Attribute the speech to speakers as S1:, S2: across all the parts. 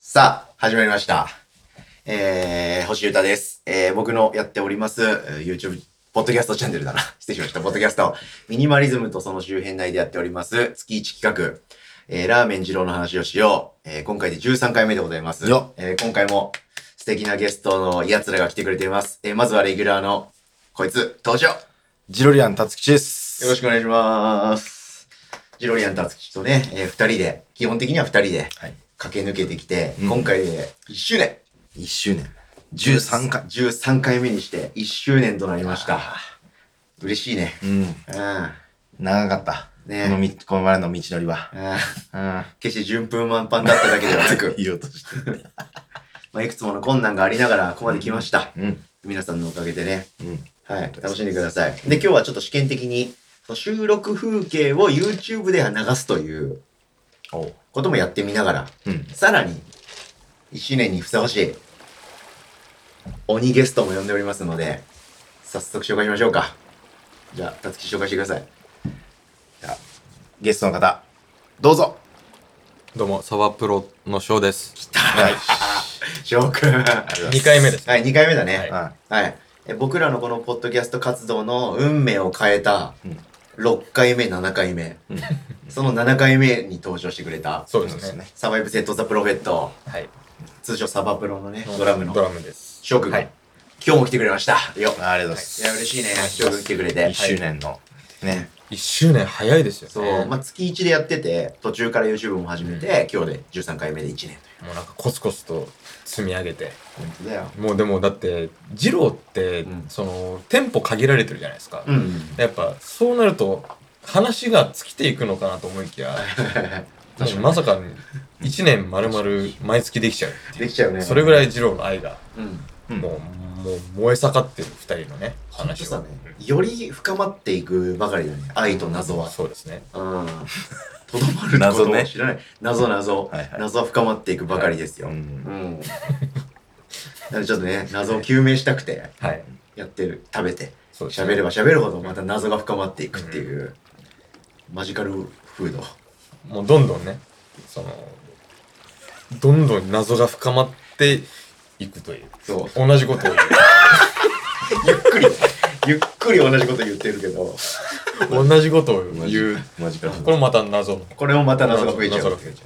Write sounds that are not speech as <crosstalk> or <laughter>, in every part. S1: さあ、始まりました。えー、星優太です。えー、僕のやっております、えー YouTube、ポッドキャストチャンネルだな。 <laughs> 失礼しました。ポッドキャスト。ミニマリズムとその周辺内でやっております、月1企画、えー、ラーメン二郎の話をしよう。えー、今回で13回目でございます。
S2: よ
S1: えー、今回も素敵なゲストの奴らが来てくれています。えー、まずはレギュラーの、こいつ、登場
S2: ジロリアン達吉です。
S1: よろしくお願いします。ジロリアン達吉とね、えー、二人で、基本的には二人で
S2: はい。
S1: 駆け抜けてきて、
S2: うん
S1: 今回で1周年
S2: 1周年。13回。
S1: 13回目にして1周年となりました。嬉しいね。
S2: うん。
S1: うん。あ
S2: 長かった。
S1: ね
S2: このみ、この前の道のりは。
S1: あ
S2: うん。
S1: 決して順風満帆だっただけではなく、
S2: 言おうとして。
S1: まあ、いくつもの困難がありながらここまで来ました。
S2: うん。
S1: 皆さんのおかげでね。
S2: うん。
S1: はい。楽しんでください。で、今日はちょっと試験的に、その収録風景を YouTube で流すという
S2: おう。
S1: こともやってみながら、
S2: うん。
S1: さらに、1周年にふさわしい、鬼ゲストも呼んでおりますので、早速紹介しましょうか。じゃあ、たつき紹介してください。
S2: じゃあゲストの方、どうぞ。
S3: どうも、サワプロの翔です。
S2: はい。
S1: 翔く
S3: <laughs>
S1: ん。
S3: 2回目です。
S1: はい、2回目だね。
S2: は
S1: はい。え僕らのこのポッドキャスト活動の運命を変えた
S2: うん
S1: 6回目、7回目。
S2: い。うん。
S1: その7回目に登場してくれた、
S3: そ
S2: そうです。ね。
S1: サバイブセット・ザ・プロフェット、
S3: はい。
S1: 通称サバプロのね、ドラムの
S3: ドラムです。
S1: 翔くんが、
S3: はい
S1: 今日も来てくれました。よ。
S2: ありがとうございます。
S1: いや、嬉しいね。翔くん来てくれて。
S2: 1周年の。ね。
S3: 1周年早いですよね。
S1: そう、ま
S3: も
S1: あ、月1でやってて、途中から YouTube も始めて、今日で13回目で1年という。
S3: うなんかコツコツと積み上げて。
S1: 本当だよ。
S3: もうでもだって、二郎って、
S1: うん
S3: その、テンポ限られてるじゃないですか。
S1: うん。
S3: やっぱ、そうなると、話が尽きていくのかなと思いきや、
S1: <laughs> 確かに
S3: まさか1年丸々毎月できちゃう。
S1: できちゃうね。
S3: それぐらい二郎の愛が、
S1: うん。
S2: うん
S3: もう、もう燃え盛ってる2人のね、
S1: 本当
S3: 話
S1: さ
S3: が
S1: ね。、より深まっていくばかりだね。愛と謎は。
S3: そうですね。
S1: うん。とどまるこ
S2: 謎
S1: とを
S2: ね
S1: 知らない。謎謎、
S2: はいはい
S1: 謎は深まっていくばかりですよ。
S2: う。
S1: うんん。なのでちょっとね、謎を究明したくて、
S3: はい。
S1: やってる、食べて、
S3: そうですね
S1: 喋れば喋るほどまた謎が深まっていくっていう、マジカルフード。
S3: もうどんどんね、その、どんどん謎が深まっていくという。
S1: そう。
S3: 同じことを
S1: ゆっくり、ゆっくり同じこと言ってるけど、
S3: 言
S1: <laughs>
S3: う。同じことを
S2: マジ
S3: 言う。
S2: マジか。
S3: これもまた謎の。
S1: これもまた謎が増えちゃ
S3: 謎が
S1: う。
S3: 増えちゃ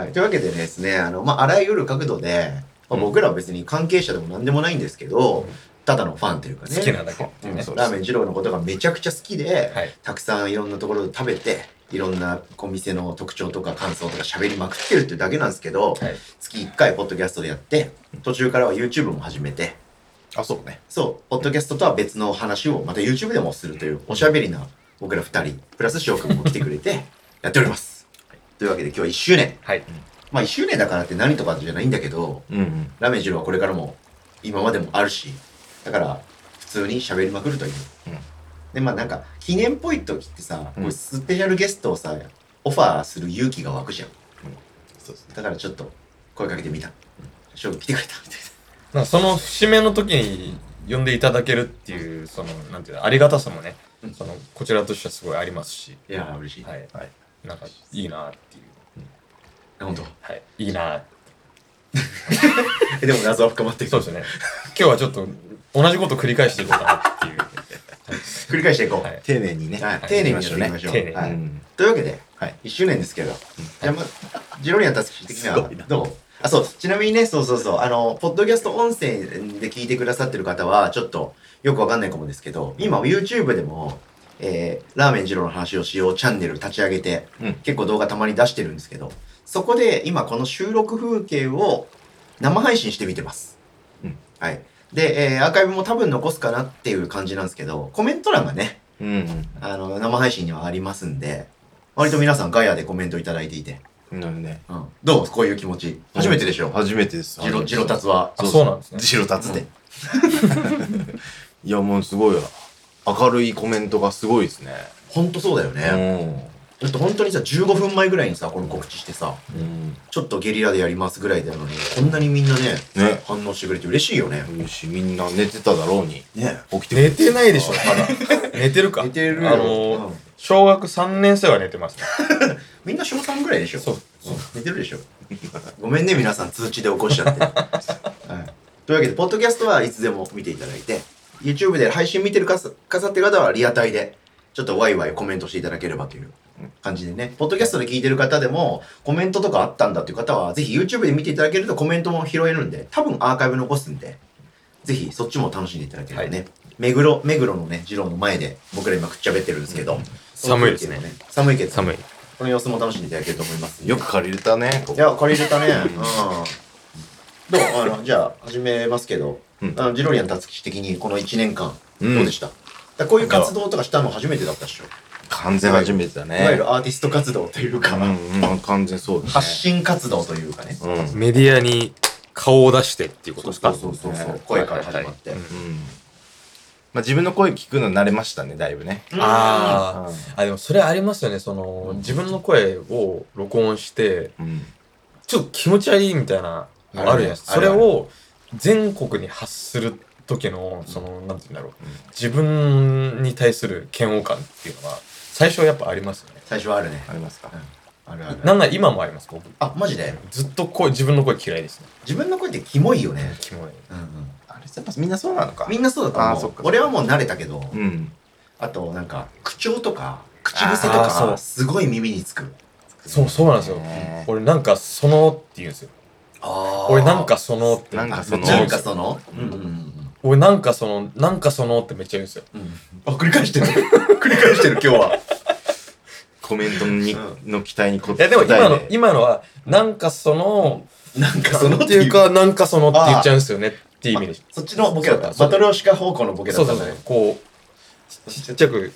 S1: はい、というわけでですね、あの、まあ、あらゆる角度で、まあ、
S2: うん
S1: 僕らは別に関係者でも何でもないんですけど、
S3: うん
S1: ただのファンというか
S3: う。
S1: ね。
S3: 好きなだけっていう
S1: うん
S3: ね。
S2: そうです
S1: ラーメン二郎のことがめちゃくちゃ好きで、
S3: はい。
S1: たくさんいろんなところで食べて、いろんなお店の特徴とか感想とか喋りまくってるっていうだけなんですけど、
S3: はい。
S1: 月1回ポッドキャストでやって、途中からは YouTube も始めて、
S2: あ、そうね。
S1: そう、ポッドキャストとは別の話をまた YouTube でもするというおしゃべりな僕ら2人、プラス翔くんも来てくれてやっております。というわけで今日は1周年。
S3: はい。
S1: まあ1周年だからって何とかじゃないんだけど、
S2: うんうん。
S1: ラーメン二郎はこれからも今までもあるし、だから普通に喋りまくるという。
S2: うん
S1: で、まあなんか記念っぽい時ってさ、
S2: うん
S1: こういうスペシャルゲストをさ、オファーする勇気が湧くじゃん。
S2: そうですね。
S1: だからちょっと声かけてみた。翔くん来てくれた。
S3: なんかその節目の時に呼んでいただけるっていう、その、なんていうの、ありがたさもね
S1: うん、
S3: その、こちらとしてはすごいありますし、
S1: いやー嬉しい。
S3: は
S1: はい、
S3: い。
S2: はい。
S3: なんか、いいなっていう。
S1: 本当。
S3: はい。いいな
S1: えでも謎は深まっていく
S3: そう。ですね。今日はちょっと、同じこと繰り返していこう
S1: <laughs>
S3: かなっていう。
S1: 繰り返していこう。
S3: はい
S2: 丁寧にね。
S1: はい、
S3: い
S1: 丁寧にや
S2: 行
S1: っ
S2: き
S1: て
S2: ま
S1: いうき
S2: しょね
S1: ましょう。
S3: 丁寧に
S1: は
S2: う
S1: い、
S2: ん。
S1: というわけで、
S2: はい
S1: 1周年ですけど、じゃあまあ、ジロリアン達樹的に
S2: す
S1: は
S2: ごいな
S1: どうあ、そう、ちなみにね、そうそうそう、あの、ポッドキャスト音声で聞いてくださってる方は、ちょっとよくわかんないかもですけど、今、YouTube でも、えー、ラーメン二郎の話をしようチャンネル立ち上げて、
S2: うん
S1: 結構動画たまに出してるんですけど、そこで今この収録風景を生配信してみてます。
S2: うん
S1: はい。で、えーアーカイブも多分残すかなっていう感じなんですけど、コメント欄がね、
S2: うんうん。
S1: あの、生配信にはありますんで、割と皆さんガヤでコメントいただいていて。
S2: なるほどね。
S1: うん。どうこういう気持ち。初めてでしょ、
S2: 初めてです。
S1: ジロ、ジロタ
S2: つ。
S1: ツは。
S3: あ、そうなんですね。
S2: ジロタツで。いや、もうすごいよ。明るいコメントがすごいですね。
S1: ほんとそうだよね。だって本当にさ、15分前ぐらいにさ、この告知してさ、
S2: うん。うん。
S1: ちょっとゲリラでやりますぐらいなのに、こんなにみんなね、
S2: ね。
S1: 反応してくれて嬉しいよね。
S2: よし、みんな寝てただろうに。
S1: ね。
S2: 起きてくれ
S3: 寝てないでしょ、まだ。 <laughs> 寝てるか。
S1: 似てるよ。
S3: あのー
S1: うん
S3: 小学3年生は寝てますね。
S1: みんな小3ぐらいでしょ
S3: そう。
S1: 寝てるでしょ。 <laughs> ごめんね、皆さん、通知で起こしちゃって。はい、というわけで、ポッドキャストはいつでも見ていただいて、YouTube で配信見てるかさかさってる方はリアタイで、ちょっとワイワイコメントしていただければという感じでね、ポッドキャストで聞いてる方でも、コメントとかあったんだという方は、ぜひ YouTube で見ていただけるとコメントも拾えるんで、多分アーカイブ残すんで、ぜひそっちも楽しんでいただければね。目黒、目黒のね、二郎の前で、僕ら今くっちゃべってるんですけど、
S3: 寒いですね。
S1: 寒いけど、
S3: 寒い。
S1: この様子も楽しんでいただけると思います。
S2: よく借りれたね。こ
S1: い
S2: こ
S1: や、借りれたね。うん。どうあの、じゃあ、始めますけど、
S2: うん
S1: あのジロリアン達吉的にこの1年間、
S2: うん
S1: どうでした、だからこういう活動とかしたの初めてだったっしょ。
S2: 完全初めてだね。
S1: いわゆるアーティスト活動というか、
S2: うんうん、完全そうだ
S1: 発
S2: ね。
S1: 信活動というかね。
S2: うん。うん。
S3: メディアに顔を出してっていうことですか
S1: そう。声から始まって。
S3: はいはいはい
S2: まあ自分の声聞くの慣れましたね、だいぶね。
S1: うん
S2: う
S3: あ
S2: ん
S3: あ。あ、でもそれありますよね。その、自分の声を録音して、
S2: うん。
S3: ちょっと気持ち悪いみたいなのあるじゃないですか。
S1: あ
S3: そ
S1: る
S3: れ
S1: ある
S3: を全国に発する時の、その、なんて言うんだろう。自分に対する嫌悪感っていうのは、最初はやっぱありますよね。
S1: 最初はあるね。
S2: ありますか。
S1: あるある。
S3: なんなら今もあります、僕。
S1: あ、マジで
S3: ずっと声、自分の声嫌いですね。
S1: 自分の声ってキモいよね。
S3: キ
S1: う
S3: モい。
S1: んうん、
S2: あれ、やっぱみんなそうなのか。
S1: みんなそうだ
S2: あー
S1: と
S2: そっ
S1: 思
S2: か
S1: う。俺はもう慣れたけど、
S2: うん。
S1: あとなんか、口調とか、口癖と
S3: あーそ
S1: か、
S3: う
S1: すごい耳につく。
S3: そう、そうなんですよ。
S2: ね
S3: 俺なんか、そのって言うんですよ。
S1: あ
S3: 俺なんかそのって
S2: なんかその
S1: なんかその、
S2: うんうんうん
S3: 俺なんかそのなんかそのってめっちゃ言うんですよ
S1: あ、繰り返してる。 <laughs> 繰り返してる、今日は。
S2: コメントに
S1: う
S2: の期待に応え
S3: いやでも今の
S2: て
S3: 今のはなんかその
S1: なんかそ
S3: そ
S1: の
S3: の
S1: っ
S3: ってて
S1: い
S3: いうう
S1: か、
S3: かなんかそのって言っちゃうんですよねっていう意味でし
S1: そっちのボケだった。
S3: そうだ
S1: バトルオシカ方向のボケ
S3: ょ
S1: だ
S3: そ
S1: っ
S3: う
S1: た
S3: そ
S1: ん
S3: うそ
S1: だ
S3: う
S1: ね。
S3: こうちちっちゃく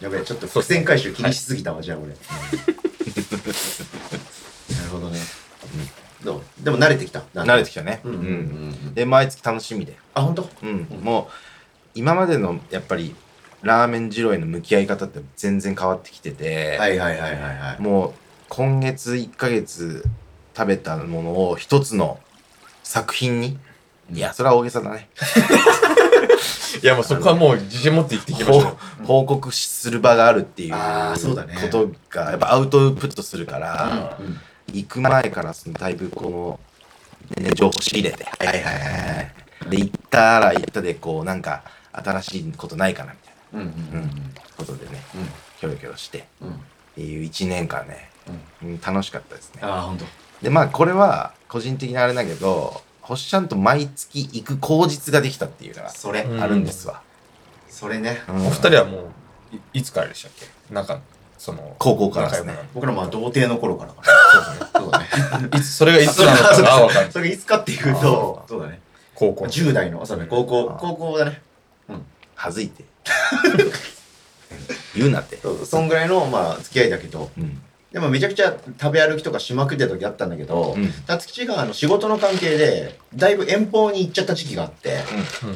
S1: やべえ、ちょっと伏線回収気にしすぎたわ、じゃあ <laughs> 俺。なるほどね。どうでも慣れてきた。
S2: 慣れて
S1: き
S2: きたね。
S1: う
S2: うん。
S1: うんうんん。
S2: で、毎月楽しみで。
S1: あ、ほんと
S2: うん。もう、今までのやっぱり、ラーメン二郎への向き合い方って全然変わってきてて、
S1: はいはいはいはいはい。
S2: もう今月1ヶ月食べたものを一つの作品に、いや、それは大げさだね。
S3: いやもうそこはもう自信持って言っていきましょう
S2: 報報告する場があるっていう
S1: あーそうだね
S2: ことがやっぱアウトプットするから、
S1: うんうん
S2: 行く前からそのだいぶこの、ね、情報仕入れて、はいはいはい。で、行ったら行ったで、こう、なんか、新しいことないかなみたい
S1: うんうんうん
S2: なことでね、
S1: うん
S2: キョロキョロして、
S1: うんうん。
S2: っていう1年間ね、うん楽しかったですね。
S1: あー、ほんと。
S2: でまあこれは個人的なあれだけど星ちゃんと毎月行く口実ができたっていうのが
S1: それ
S3: う、
S2: あるんですわ、
S1: それね。
S2: うん
S3: お二人はもういいつからでしたっけなんかその
S2: 高校からですね
S3: 仲良く
S1: 僕らまあ童貞の頃からかな。そうだね。そうだね。
S3: なるいつそれがいつなのかなわかん
S1: <laughs>
S3: ない
S1: それいつかっていうと、そうだね。
S3: 高校
S1: 10代の、そうだね、高校
S2: あ、ー
S1: 高校だね。
S2: はずいて言うなって
S1: そうそんぐらいの、まあ、付き合いだけど、
S2: うん
S1: でもめちゃくちゃ食べ歩きとかしまくってた時あったんだけど
S2: うん、
S1: たつきがあの仕事の関係で、だいぶ遠方に行っちゃった時期があって、
S3: うんうん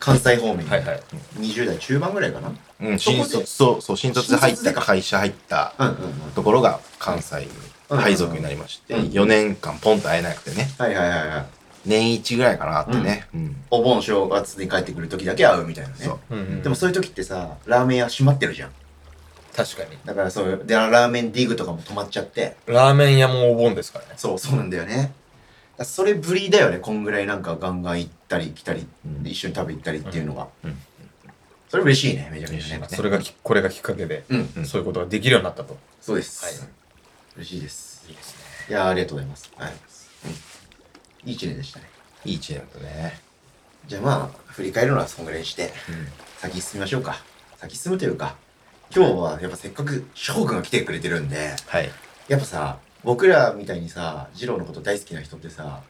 S1: 関西方面に、
S3: はいはい
S1: 20代中盤ぐらいかな。
S2: うん
S1: そこで
S2: 新卒そうそう新卒で入っ
S1: 新卒で
S2: た
S1: か
S2: 会社入った
S1: うんうんうん。
S2: ところが関西に配属になりまして、
S1: うん
S2: 4年間ポンと会えなくてね
S1: はいはいはいはい。
S2: 年1ぐらいかなってね、うん
S1: お盆正月に帰ってくる時だけ会うみたいなね
S2: そう。
S3: うんうん
S1: でもそういう時ってさ、ラーメン屋閉まってるじゃん。
S3: 確かに
S1: だからそういう、で、ラーメンディグとかも止まっちゃって、
S3: ラーメン屋もお盆ですからね
S1: そう、そうなんだよね。だからそれぶりだよね、こんぐらいなんかガンガン行ったり来たり、
S2: うん
S1: 一緒に食べ行ったりっていうのが。
S2: うんうん
S1: それ嬉しいね、めちゃめちゃね。
S3: それがきこれがきっかけで
S1: うん、
S2: うん
S3: そういうことができるようになったと
S1: そうです。
S3: はい
S1: 嬉しいです。
S3: いいですね
S1: いやーありがとうございます。はい。うん、いい一年でしたね。
S2: いい1年だったね、
S1: じゃあまあ、振り返るのはそんぐらいにして、
S2: うん
S1: 先進みましょうか。先進むというか、今日はやっぱせっかく翔くんが来てくれてるんで、
S2: はい
S1: やっぱさ僕らみたいにさ二郎のこと大好きな人ってさ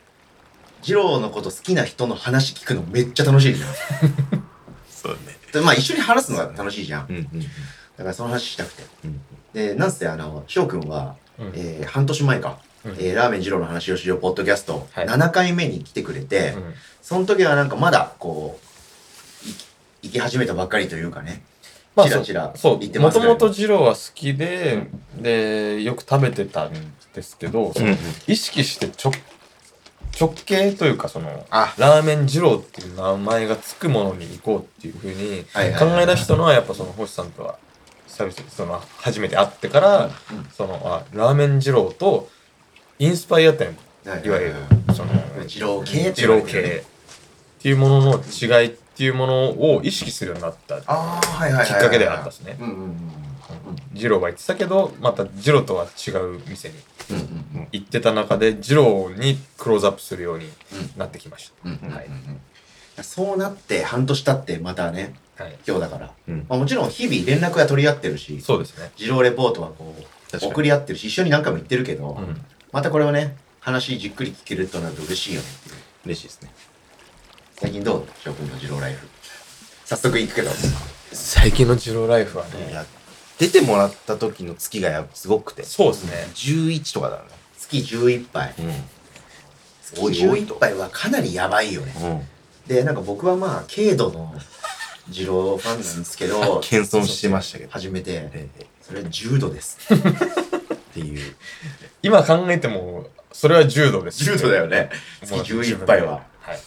S1: 二郎のこと好きな人の話聞くのめっちゃ楽しいじゃん
S2: そうね
S1: でまあ一緒に話すのが楽しいじゃんだ
S2: うんうん
S1: からその話したくて
S2: うん
S1: でなんせあの翔くんは、
S3: うん
S1: えー半年前か、
S3: うん
S1: えーラーメン二郎の話をしようポッドキャスト
S3: はい
S1: 7回目に来てくれて、
S3: うん
S1: その時はなんかまだこうい行き始めたばっかりというかね
S3: まあ
S1: チラチラ
S3: そう
S1: 言ってま
S3: も
S1: す
S3: と
S1: けど
S3: もと二郎は好きで、でよく食べてたんですけ
S2: う
S3: ど、
S2: んうん
S3: 意識して直直系というかその
S2: あ
S3: ラーメン二郎っていう名前がつくものに行こうっていうふうに
S1: はいはいはい
S3: 考え出したのはやっぱその星さんとは久々にその初めて会ってから、
S1: うん
S3: そのあラーメン二郎とインスパイア店
S1: はい
S3: いわゆるその
S1: 二郎系
S3: 二郎系っていうものの違いっていうものを意識するようになったき
S1: ああはいはいはいはい
S3: っかけではあったですね
S1: うんうんうん
S3: 二郎は言ってたけどまた二郎とは違う店に
S1: うんうん
S3: 行ってた中で二郎にクローズアップするように
S1: う
S3: なってきまし
S1: うんうんうん
S3: はい
S1: そうなって半年経ってまたね
S3: た、はい、
S1: 今日だから、
S2: うん
S1: まあ、もちろん日々連絡は取り合ってるし
S3: そうですね、
S1: 自動レポートはこう
S2: 確かに
S1: 送り合ってるし一緒に何回も言ってるけど、
S3: うん、
S1: またこれをね話じっくり聞けるとなると嬉しいよね
S2: 嬉しいですね。
S1: 最近どう翔くんの自動ライフ早速行くけど
S3: 最近の二郎ライフはいね
S2: や出てもらった時の月がやっぱすごくて、
S3: そうですね
S2: 11とかだね。
S1: 月11杯月
S2: 多い多いと
S1: 11杯はかなりやばいよね
S2: うん。うん。
S1: でなんか僕はまあ軽度の二郎ファンなんですけど
S2: <laughs> 謙遜してましたけど。
S1: 初めて
S2: ええ
S1: それは重度です
S2: っていう。
S3: 今考えてもそれは柔道です
S1: 重度だよね月
S3: もう
S1: 11杯は
S3: はい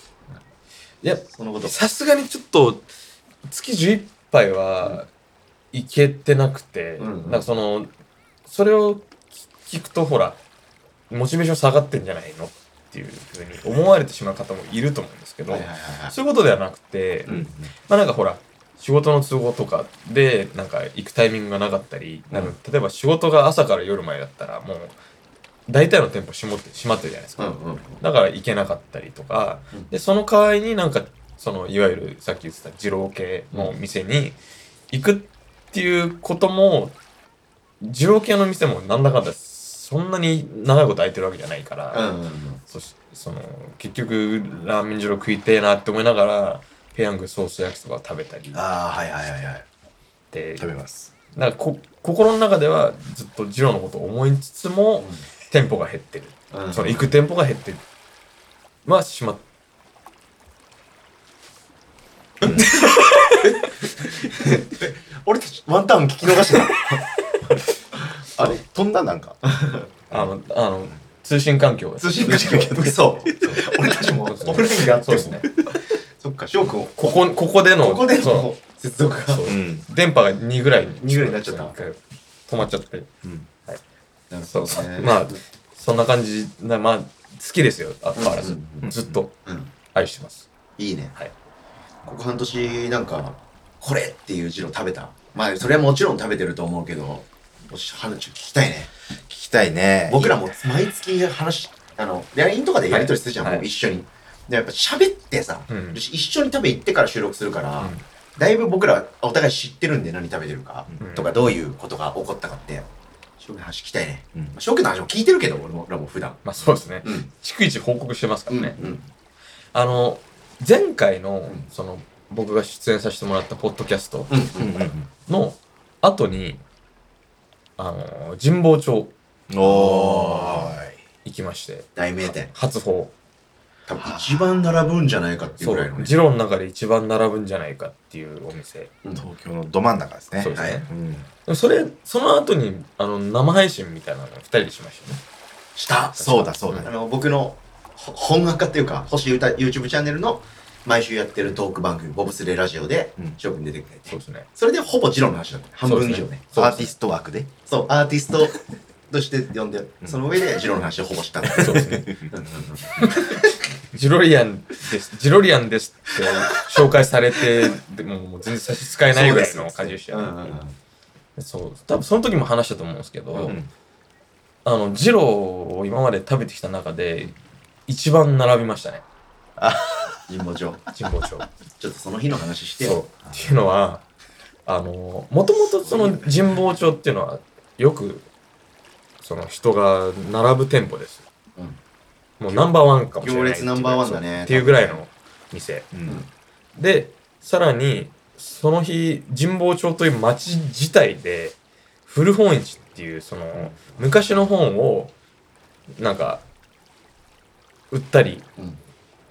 S3: いや
S1: そのこと
S3: さすがにちょっと月11杯はいけてなくて、
S1: うんうん
S3: なんかそのそれを聞くとほらモチベーション下がってんじゃないのっていうふうに思われてしまう方もいると思うんですけど、
S1: はいはいはいはい
S3: そういうことではなくて、
S2: うん。
S3: まあなんかほら仕事の都合とかでなんか行くタイミングがなかったり、なんか例えば仕事が朝から夜までだったらもう大体の店舗閉まって閉まってるじゃないですか
S1: う、んうんうん
S3: だから行けなかったりとか、
S1: うん
S3: でその代わりになんかそのいわゆるさっき言ってた二郎系の店に行くっていうことも二郎系の店もなんだかんだそんなに長いこと空いてるわけじゃないから、
S1: うんうんうん
S3: そしその結局ラーメン二郎食いてえなって思いながらペヤングソース焼きそばを食べたりっ
S1: ああはいはいはいはい
S3: て
S2: 食べます。
S3: なんかこ心の中ではずっと二郎のことを思いつつも、店舗が減ってる
S1: うん
S3: その行く店舗が減ってる。まあ、しまっ。
S1: 俺たちワンタン聞き逃した
S2: <laughs> あれ飛んだなんか。
S3: あの、あの、通信環境が。
S1: 通信がしかけど嘘俺たちもオ
S3: そう
S1: フラインであって
S3: そう
S1: も
S3: ですね。
S1: そっか翔くん
S3: ここ、ここでの、
S1: ここで
S3: そ
S1: の接続が
S3: う
S2: うん。
S3: う電波が2ぐらいに。
S1: 二ぐらいになっちゃった
S3: 一回止まっちゃって。
S2: うん。
S1: なる
S3: そ
S1: ほど
S3: うそう。
S1: ね
S3: まあ、そんな感じな、まあ、好きですよ、あ変わら
S1: う
S3: ず
S1: ん。
S3: ずっと
S1: うん
S3: 愛してます。
S1: いいね
S3: はい
S1: ここ半年なんかこれっていう字の食べたまあそれはもちろん食べてると思うけどおし話を聞きたいね
S2: 聞きたいね。
S1: 僕らも毎月話あの LINE とかでやり取りするじゃん、
S3: はい
S1: もう一緒にでやっぱ喋ってさ、
S3: うん
S1: 一緒に食べ行ってから収録するから、
S3: うん
S1: だいぶ僕らお互い知ってるんで何食べてるか、
S3: うん
S1: とかどういうことが起こったかって翔くんの話聞きたいね、
S2: うん
S1: まあ翔くんの話も聞いてるけど俺も俺らも普段
S3: まあ、そうですね。
S1: うん
S3: 逐一報告してますか
S1: う
S3: ら
S1: ん
S3: ね。あの、前回の
S1: ん、
S3: その、僕が出演させてもらったポッドキャスト
S1: うん
S2: うんうん
S3: の後に、あの、神保町
S2: うん。おーい。
S3: 行きまして、
S1: 大名店
S3: 初訪。
S1: 多分一番並ぶんじゃないかっていう
S3: そ
S1: ぐらいうの、ね
S3: ジローの中で一番並ぶんじゃないかっていうお店。
S2: 東京のど真ん中ですね。
S3: そうですね。
S1: はい
S3: で
S2: うん。
S3: もそれ、その後に、あの、生配信みたいなのを二人でしましたね。
S1: した
S2: そうだそう
S1: あ
S2: だ。
S1: の僕のほ本アカっていうか星優太 YouTube チャンネルの毎週やってるトーク番組「ボブスレーラジオ」で
S2: うん
S1: 翔くん出てくれて、
S3: そうですね。
S1: それでほぼジローの話だった半分以上ね
S3: そう
S2: アー
S3: です
S2: ティスト枠で。
S1: そうアーティストとして呼んで、
S2: ん
S1: その上でジローの話をほぼしたんだ
S3: そうですね。ジロリアンです。ジロリアンですって紹介されて、でももう全然差し支えないぐらいの感じでした
S1: うんう
S3: よ
S1: ん
S3: ね。
S1: うん
S3: そう。多分その時も話したと思うんですけど、
S2: うん。
S3: あの、ジローを今まで食べてきた中で、一番並びましたね。
S1: 神保町
S3: 神保町。
S1: ちょっとその日の話して
S3: そう
S1: よ
S3: っていうのはあのもともとその神保町っていうのはよくその人が並ぶ店舗です、
S1: うん
S3: もうナンバーワンかもしれない
S1: 行列ナンバーワンだね
S3: っていうぐらいの店
S2: うん。
S3: でさらにその日神保町という町自体で古本市っていうその昔の本をなんか売ったり
S1: うん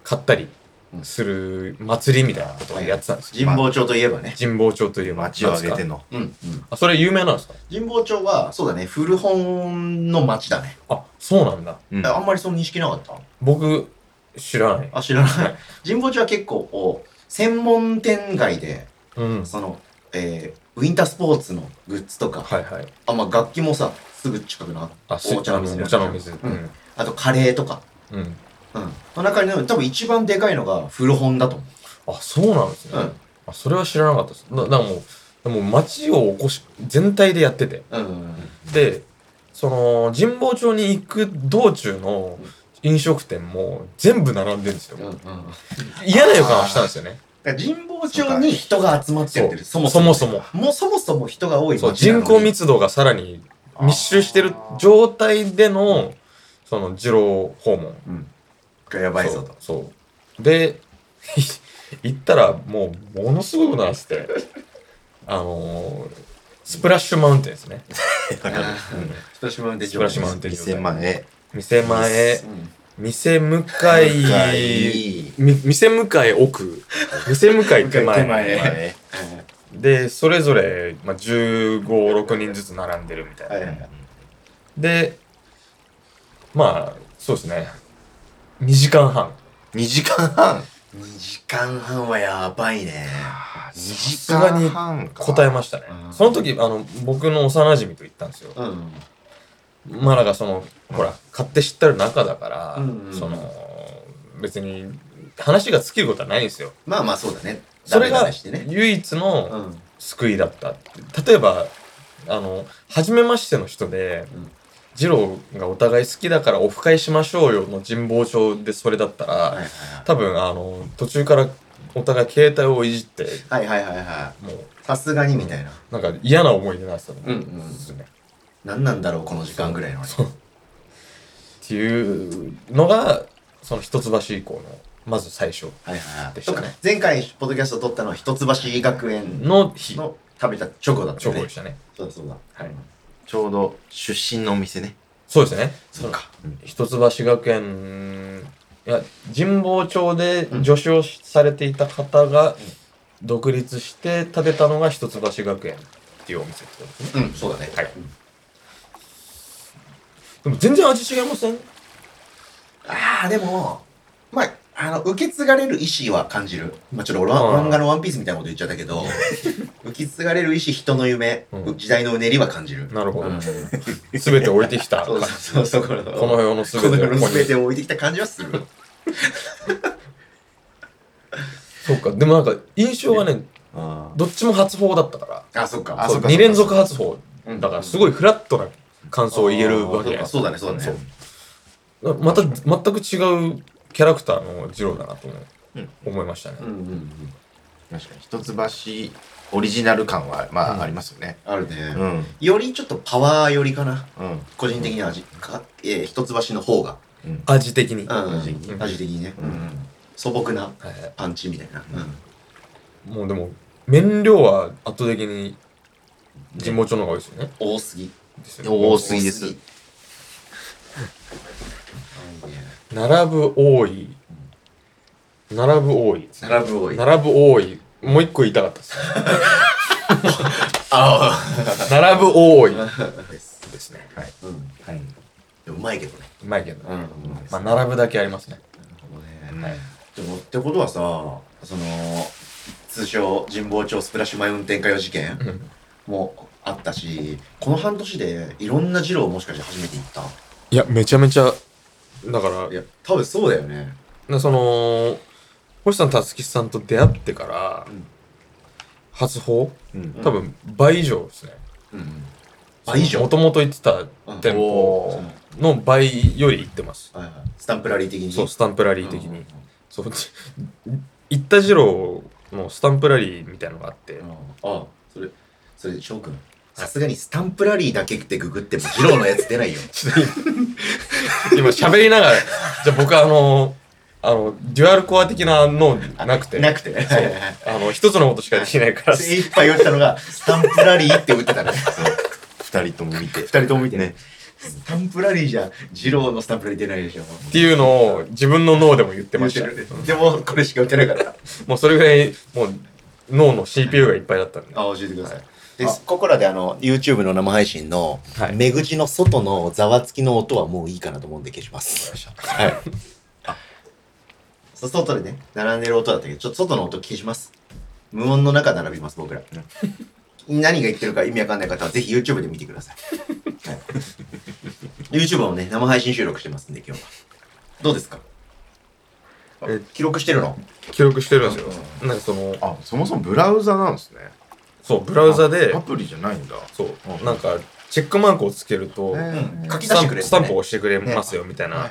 S3: 買ったり
S1: うん
S3: する祭りみたいなことをやってたんですよ
S1: 神保町といえばね、
S3: 神保町という
S2: 街を挙げての。
S1: うんうん、
S3: あ、それ有名なんですか
S1: 神保町はそうだね古本の町だね、
S3: あ、そうなんだ。
S2: うん
S1: あんまりその認識なかった
S3: 僕、知らない。
S1: あ知らない、
S3: はい
S1: 神保町は結構こう専門店街で
S3: うん。
S1: その、えーウィンタースポーツのグッズとか、
S3: はいはい。
S1: あまあ、楽器もさすすぐ近くの
S3: あ、す
S1: お茶の水
S3: あお茶の水。う
S1: うん
S3: ん。
S1: あとカレーとか。
S3: うん。
S1: うん。の中に多分一番でかいのが古本だと思
S3: あ、そうなんです
S1: う。う
S3: ね。
S1: ん。
S3: あ、それは知らなかったです。だだからもう、もう街を起こし、全体でやってて。
S1: うんうんうん。
S3: で、その、神保町に行く道中の飲食店も全部並んでるんですよ。
S1: うんうん、だか
S3: 嫌な予感はしたんですよね。
S1: ら神保町に人が集まってるってるそも
S3: そ
S1: そも
S3: もそも。
S1: もうそもそも人が多い
S3: そう、
S1: 街なの
S3: 人
S1: に
S3: 口密度がさらに密集してる状態での、その、二郎訪問。
S1: がやばいぞと
S3: そうそうで <laughs> 行ったらもうものすごくなってあのー、スプラッシュマウンテンですね
S2: わかる
S1: スプラッシュマウンテン
S3: スプラッシュマウンテン
S2: 2000万円。
S3: 店前
S1: うん
S3: 店向かい
S2: はい。
S3: み店向かい奥店向かい手前
S1: 向かい手前
S3: でそれぞれ、まあ、1516人ずつ並んでるみたいな、
S1: はいはいはい
S3: でまあそうですね2時間半
S2: 2時間半。
S1: 2時間半はやばいね
S2: 2時
S3: がに
S2: 間半か。
S3: 答えましたね
S1: うん
S3: その時あの僕の幼馴染と行ったんですよ
S1: うん
S3: まあなんかその、ほら、買って知ったる仲だから、
S1: うんうん
S3: その、別に話が尽きることはないんですよ。
S1: まあまあそうだね
S3: それ
S1: ダメ
S3: が
S1: 出ししてね
S3: 唯一
S1: う
S3: の
S1: ん
S3: 救いだったって。例えば、あの、初めましての人で
S1: うん、
S3: 二郎がお互い好きだからオフ会しましょうよの神保町でそれだったら、
S1: はい
S3: 多分あの、途中からお互い携帯をいじって、
S1: はいはいはいはいは
S3: も
S1: い
S3: う、
S1: さすがにみたいな
S3: なんか嫌な思い出なんですよね。
S1: うんうん
S3: ですね
S1: 何なんだろうこの時間ぐらいのね
S3: そうっていうのがその一橋以降のまず最初
S1: はいはいはい
S3: でしたね
S1: そうか前回ポッドキャスト撮ったのは一橋学園
S3: の日
S1: の食べた直後だった
S3: 直
S1: よね
S3: 後でしたね
S1: そうだそうだはい
S2: ちょうど出身のお店ね。
S3: そうですね
S1: そうか
S3: 一橋学園いや神保町で助手をされていた方が独立して建てたのが一橋学園っていうお店ってことですね
S1: うんそうだね
S3: はいでも全然味違いません
S1: ああ、でも、まあ、あの、受け継がれる意思は感じる。まあ、ちょっと俺は
S3: うん
S1: 漫画のワンピースみたいなこと言っちゃったけど、受け継がれる意思、人の夢、
S3: うん
S1: 時代のうねりは感じる。
S3: なるほど
S1: うんそう
S3: 全て降りてきた
S1: そう
S3: <laughs> こ
S1: そうそう、この
S3: の世の全て
S1: この世の
S3: をここに
S1: 全てを置いてきた感じはする。
S3: そうかでもなんか印象はね
S2: あ
S3: どっちも初砲だったから
S1: あ、そっ
S2: あ
S1: か。
S2: そ
S3: そうう
S2: か
S3: 2連続発砲
S1: うん
S3: だからすごいフラットな感想を言えるわけじ
S1: あ
S3: ゃないで
S1: ー
S3: す
S1: そうかそうだね、そうだね。
S3: かまた全く違うキャラクターの二郎だなと思う
S2: うん
S3: 思いましたね
S1: うんうんうん。
S2: 確かに。一橋オリジナル感は、まあ、ありますよね。
S1: ある
S2: う
S1: ね。
S2: ん。
S1: よりちょっとパワー寄りかな。
S2: うん。
S1: 個人的には味、かえー、一橋の方が。
S2: うん。
S3: 味的に、
S1: うん
S2: 味的
S3: に
S1: 味的にね。
S2: うん
S1: うん素朴な
S3: は
S1: パンチみたいな。うん
S3: い、もうでも麺量は圧倒的に神保町の方が多いですよね
S1: 多すぎ。
S3: ですよね
S2: 多すぎです。
S3: 並ぶ多い並ぶ多いですね
S1: 並ぶ多い。
S3: 並ぶ多いもう一個言いたかったです
S1: <laughs> あ
S3: 並ぶ多い
S1: あ。です。
S3: ですね
S1: うん。
S2: はい。
S1: うまいけどね。
S3: うまいけど、
S1: ん。なる
S3: まあ並ぶだけありますね
S1: ほど
S2: うん
S1: ね。でも、ってことはさ、その、通称、神保町スプラッシュマウンテン火曜事件
S3: うん
S1: もあったし、この半年でいろんな二郎をもしかして初めて行った
S3: いや、めちゃめちゃ、だから、
S1: や、多分そうだよね。
S3: なその、星さん、たつきさんと出会ってから、
S1: うん
S3: 初訪
S2: うん。
S3: 多分倍以上ですね。
S1: うん。倍以上
S3: もともと行ってた店
S2: お
S3: 舗
S2: ー
S3: の倍より行ってます。
S1: はいはいスタンプラリー的に。
S3: そう、スタンプラリー的
S1: う
S3: に
S1: ん。
S3: そう、 <laughs> ち行った次郎のスタンプラリーみたいのがあって、
S1: ああ、それ、それ、翔くん。さすがにスタンプラリーだけってググっても二郎のやつ出ないよ。
S3: ちょっと今今喋りながら、じゃあ僕あの、あの、デュアルコア的なのなくて、
S1: なくて。
S3: そうあの、一つのことしかできないから、
S1: 精一杯言ったのが、スタンプラリーって打ってたね。
S2: 二人とも見て。
S1: 二人とも見て
S2: ね
S1: ね。スタンプラリーじゃ、二郎のスタンプラリー出ないでしょ。
S3: っ
S1: って
S3: いうのを自分の脳でも言ってました。
S1: でも、これしか打てなかった。
S3: もうそれぐらい、もう脳の CPU がいっぱいだったんで。
S1: あ、教えてください。で
S3: あ
S1: ここらであの、YouTube の生配信の
S3: は、い
S1: 目口の外のざわつきの音はもういいかなと思うんで消します。はい。そう外でね、並んでる音だったけど、ちょっと外の音消します。無音の中並び <laughs> ます、僕ら。何が言ってるか意味わかんない方は、ぜひ YouTube で見てください。はい YouTube もね、生配信収録してますんで、今日は。どうですかあ
S3: え
S1: 記録してるの
S3: 記録してるんですよ。なんかその、
S2: あそもそもブラウザなんですね
S3: そう、ブラウザで
S2: ア、プリじゃないんだ
S3: そう、
S2: うん
S3: なんか、チェックマークをつけると、
S1: ん書き出
S3: スタ
S1: して
S3: ン
S1: くれるんだね
S3: プスタンプを押してくれますよ、みたいな、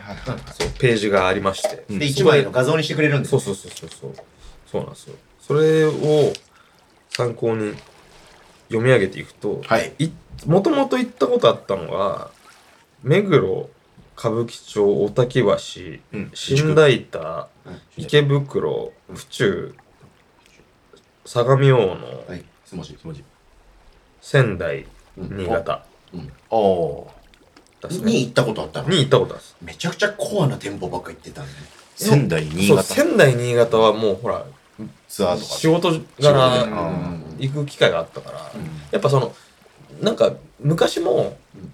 S3: そう、ページがありまして。
S2: うん
S1: で、一枚の画像にしてくれるんです
S3: そう
S1: よ
S3: そうそうそうそう。そうなんですよ。それを参考に読み上げていくと、
S2: はい
S3: いもともと行ったことあったのが、目黒、歌舞伎町、御嶽橋、
S2: うん
S3: 新大田、
S1: うん
S3: 池袋、府中、相模大野、
S1: はい、すもし。
S2: 気持ちいい
S3: 仙台、
S1: うん
S3: 新潟
S2: あー
S3: ですね。
S1: に行ったことあったの
S3: に行ったことあるんです。
S1: めちゃくちゃコアな店舗ばっか行ってたんで。
S2: 仙台新潟
S3: そう、仙台、新潟はもうほら、
S2: ツアーとか
S3: 仕事
S2: 仕
S3: 柄
S2: 事で
S1: うん
S3: 行く機会があったから、
S1: うん
S3: やっぱそのなんか昔も、
S1: うん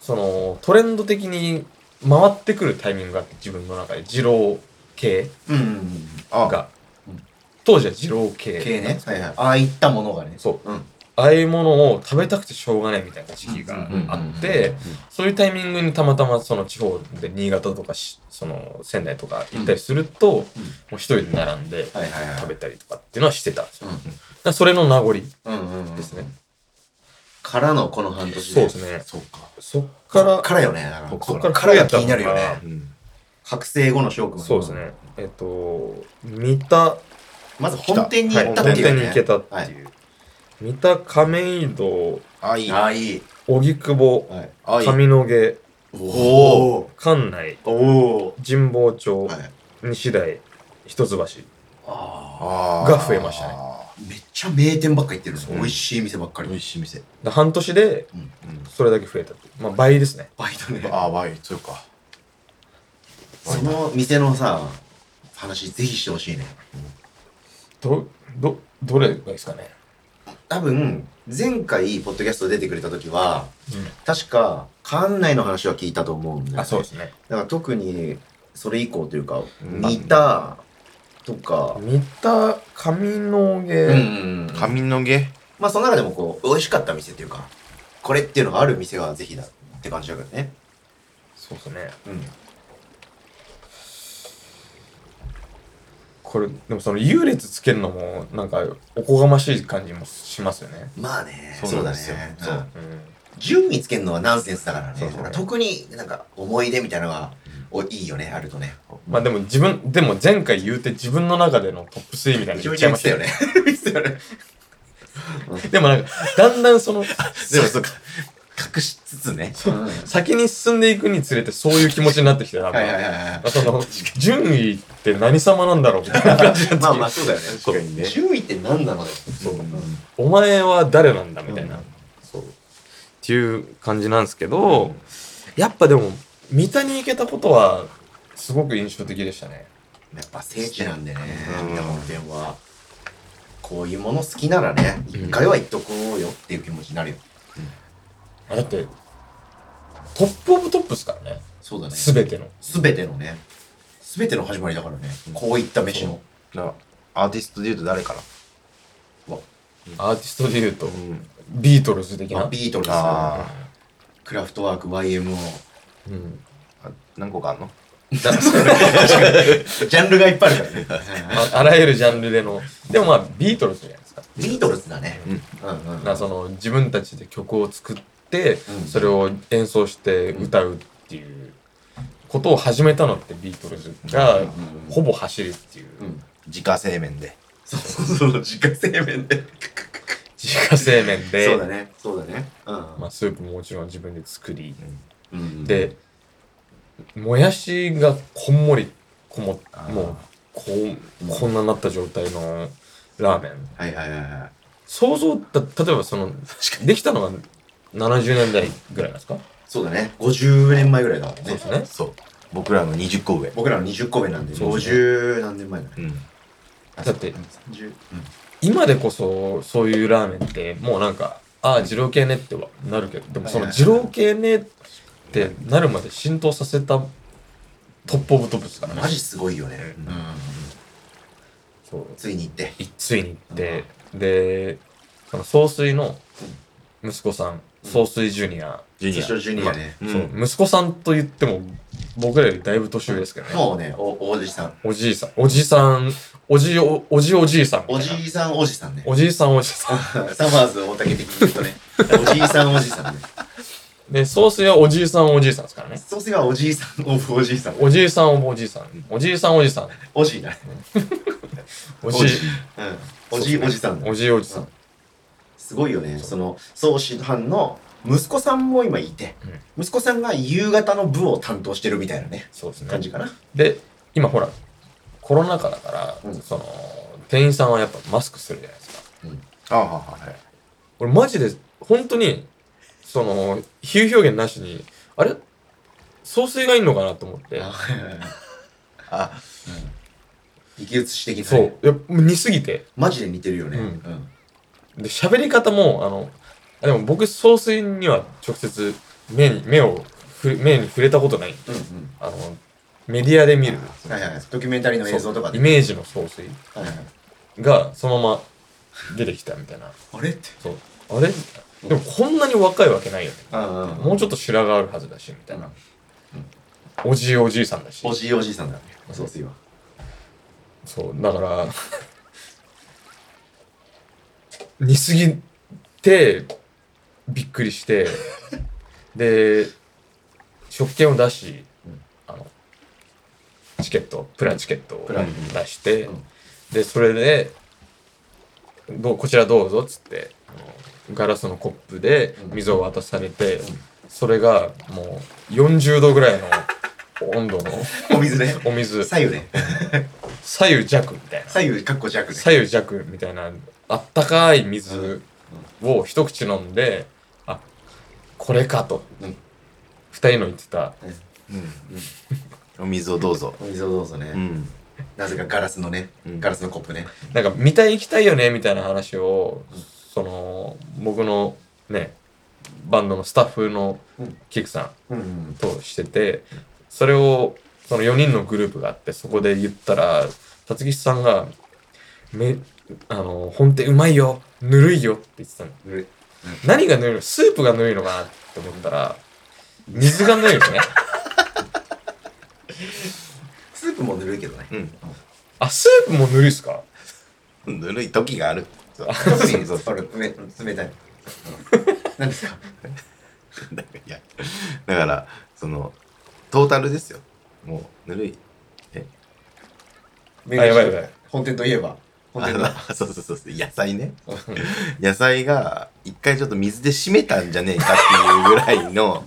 S3: そのトレンド的に回ってくるタイミングがあって自分の中で二郎系
S1: うんうんうん。
S2: あ
S3: が
S1: うん
S3: 当時は二郎系
S1: 系ね。はいはい。ああいったものがね。。
S3: そう
S1: うん。
S3: ああいうものを食べたくてしょうがないみたいな時期があって、そういうタイミングにたまたまその地方で新潟とかしその仙台とか行ったりすると、もう一人で並んで
S1: はいはいはい。
S3: 食べたりとかっていうのはしてたんですよ、
S1: うん
S3: だからそれの名残で
S1: うんうんうん。
S3: すね、
S1: からのこの半年で。
S3: そうですね
S1: そうか。
S3: そっか
S1: から
S3: ら
S1: からよね。だ
S2: そっ
S3: そっ
S2: か
S3: から
S1: か
S2: ら
S1: らが気になる
S3: か
S1: よ
S3: ら
S1: ね。
S2: うん
S1: 覚醒後の翔くん。
S3: そうです。ね。えっと、三田、
S1: まず本店に行ったって
S3: 本
S1: いう、ね。
S3: 店に行けたっていう。三田亀戸、
S2: あいい
S1: はい。ああ、いい。
S3: 荻窪、
S1: はい。
S2: あいい
S3: 上野毛、
S1: おお。
S3: 関内、
S1: おお。
S3: 神保町、
S1: はい。
S3: 西台、一橋。
S1: ああ。
S2: あー
S3: が増えましたね
S1: めっちゃ名店ばっか行ってるの、
S3: うん
S1: 美味しい店ばっかり。
S2: 美味しい店
S3: で半年で、
S2: うん
S3: それだけ増えたっていう。まあ、倍ですね。
S1: バイトね。
S2: ああいそうか
S1: その店のさ、話ぜひしてほしいね。
S3: ど、ど、どれがいいですかね。
S1: 多分、前回、ポッドキャスト出てくれた時は、確か、館内の話は聞いたと思うんだよね
S3: あ、そうですね。
S1: だから特に、それ以降というか、
S2: うん
S1: 似たとか、
S3: 三田上野毛、
S1: うんうんうん
S2: 髪の毛
S1: まあ、その中でもこう、美味しかった店っていうか、これっていうのがある店がぜひだって感じだけどね。
S3: そうですね。
S1: うん。
S3: これ、でもその優劣つけるのも、なんか、おこがましい感じもしますよね。
S1: まあね、
S2: そ
S1: そう
S2: うな
S1: だ
S2: んですよ
S1: ね。
S2: そう
S1: うん
S3: うん。
S1: 順位つけるのはナンセンスだからね。
S3: そうそう
S1: だから特になんか思い出みたいなのが、おいいよね、あるとね。
S3: まあでも自分、でも前回言うて自分の中でのトップ3みたい
S1: <laughs>
S3: なの
S1: 一
S3: 言
S1: 応
S3: っちゃい
S1: 言
S3: ま
S1: っ
S3: してた
S1: た
S3: よ
S1: よ
S3: ね。
S1: ね。言ってたよね。
S3: でもなんか、だんだんその、
S1: <laughs> でもそうか、隠しつつね。うん
S3: 先に進んでいくにつれてそういう気持ちになってきて、なんか、
S1: はいはいはいはい。
S3: その、順位って何様なんだろうみたいな感じになってきて
S1: <laughs> まあまあそうだよね。
S2: 確かにね
S1: 順位って何なのよ。
S2: そう
S3: お前は誰なんだみたいな、
S1: うん
S3: そう。っていう感じなんですけど、やっぱでも、三田に行けたことは、すごく印象的でしたね。
S1: やっぱ聖地なんでね
S2: うん、
S1: 三田本店は。こういうもの好きならね、一回は行っとこうよっていう気持ちになるよ。
S3: あだって、トップオブトップですからね。
S1: そうだね。
S3: すべての。
S1: すべてのね、すべての始まりだからね、こういった飯の。
S2: なアーティストで言うと誰かな
S3: アーティストで言うと、
S2: ん
S3: ビートルズ的
S1: まあ
S3: な。
S1: ビートルズ、
S2: あ
S1: クラフトワーク、YMO。
S3: うん。
S2: あ何個かあんの
S3: だ
S1: ジャンルがいっぱいあるから <laughs> ね。
S3: ああらゆるジャンルでのでもまあビートルズじゃないですか
S1: ビートルズだね。うんうんうん。
S3: なその自分たちで曲を作って、
S1: うん
S3: それを演奏して歌うっていうことを始めたのってビートルズが
S1: うんうん
S3: ほぼ走るっていう、
S1: うん
S2: 自家製麺で
S1: そうそうそう、自家製麺で。
S3: 自家製麺で、
S1: そうだね、そうだね。うん
S3: まあ、スープももちろん自分で作り、
S1: うん。
S3: でもやしがこんもりこも
S2: あー
S3: もうこうこんなになった状態のラーメン
S1: はいはいはいはい。
S3: 想像だ例えばそのできたのが70年代ぐらいなんですか
S1: そうだね、50年前ぐらいだもんね。
S3: そうですね
S2: そう僕らの20個上
S1: 僕らの20個目なんで、
S3: そうですね
S1: 50何年前だね。
S2: うん
S1: あ
S3: だって、
S1: 30うん
S3: 今でこそそういうラーメンってもうなんかああ二郎系ねってはなるけどでもその
S1: はい
S3: 二
S1: はいはい
S3: 郎系ねってなるまで浸透させたトップオブトップですからね
S1: マジすごいよね。
S3: うん
S1: うん
S3: そう
S1: ついに行って。
S3: いついに行ってでその総帥の息子さん総帥ジュニア、
S2: ジュ
S1: 通称
S2: ニ
S1: ジュニアね。
S2: ア。
S3: そう息子さんと言っても僕らよりだいぶ年上ですけどね、
S1: もうね、お、おじさん。
S3: おじいさんおじさんおじおおじおじいさんみ
S1: お
S3: たいな
S1: じいさんおじさんね。
S3: おじいさんおじいさん
S1: サマーズ大竹的に言うとね、おじいさんおじさんね。
S3: で総帥はおじいさんおじいさんですからね
S1: そうすればおじいさん、おおじいさん。
S3: おじいさんおじいさんおじいさんおじいさん
S1: おじいだね。
S3: おじい
S1: うん。おじいおじさんだね
S3: おじいおじさん
S1: すごいよね。その、総師範の息子さんも今いて、息子さんが夕方の部を担当してるみたいなね、
S3: そうですね
S1: 感じかな。
S3: で今ほらコロナ禍だから、
S1: うん
S3: その店員さんはやっぱマスクするじゃないです
S2: あ
S3: か
S2: あ、はい。
S3: 俺マジで本当にその比喩表現なしにあれ総帥がいんのかなと思って
S2: あ、
S1: 息移し的なね。
S3: そういや似すぎて
S1: マジで似てるよね。
S3: うんで喋り方もあのあでも僕総帥には直接目に目をふれ目に触れたことない
S1: うんうん
S3: あのメディアで見る
S1: うん。はいはい。ドキュメンタリーの映像とか
S3: そう
S1: で。
S3: イメージの総帥
S1: はいはい
S3: がそのまま出てきたみたいな
S1: あれって。
S3: そうあれでもこんなに若いわけないよね
S1: うん
S3: もうちょっと白があるはずだしみたいなおじいおじいさんだし
S1: おじいおじいさんだね。そうすよ。
S3: そうだから <laughs> 似すぎてびっくりしてで食券を出し、
S1: うん
S3: あのチケットプランチケットを
S1: プラン
S3: 出して、
S1: うん
S3: でそれでどうこちらどうぞっつってあのガラスのコップで
S1: うん
S3: 水を渡されて、それがもう40度ぐらいの温度の
S1: お水ね。
S3: お水
S1: 左右ね。
S3: 左右弱みたいな
S1: 左右かっこ弱ね。
S3: 左右弱みたいなあったかい水を一口飲んであこれかと、
S1: う
S3: 二
S1: ん
S3: 人の言ってた
S2: うん。お水をどうぞ。
S1: お水をどうぞね。
S2: うん。
S1: なぜかガラスのね、
S2: うん
S1: ガラスのコップね。
S3: なんか見たい行きたいよねみたいな話を、その僕のねバンドのスタッフの
S1: うん
S3: キクさ
S1: うんうん
S3: ん。としててそれをその4人のグループがあってそこで言ったら辰吉さんが「めあの本店うまいよぬるいよ」って言ってたの。何がぬるいのスープがぬるいのかなって思ったら、水がぬるいですね。
S1: スープもぬるいけどね。
S3: あ、スープもぬるいっすか
S2: うん。ぬるい時がある。 <laughs> そう
S1: 特
S2: そ
S1: に
S2: うそう
S1: それ冷冷たい。何ですか
S2: だからいやだからそのトータルですよもうぬるい
S1: あ
S3: やばいやばい。
S1: 本店といえば。本店だ。
S2: あそうそうそうそう野菜ね野菜が一回ちょっと水で締めたんじゃねえかっていうぐらいの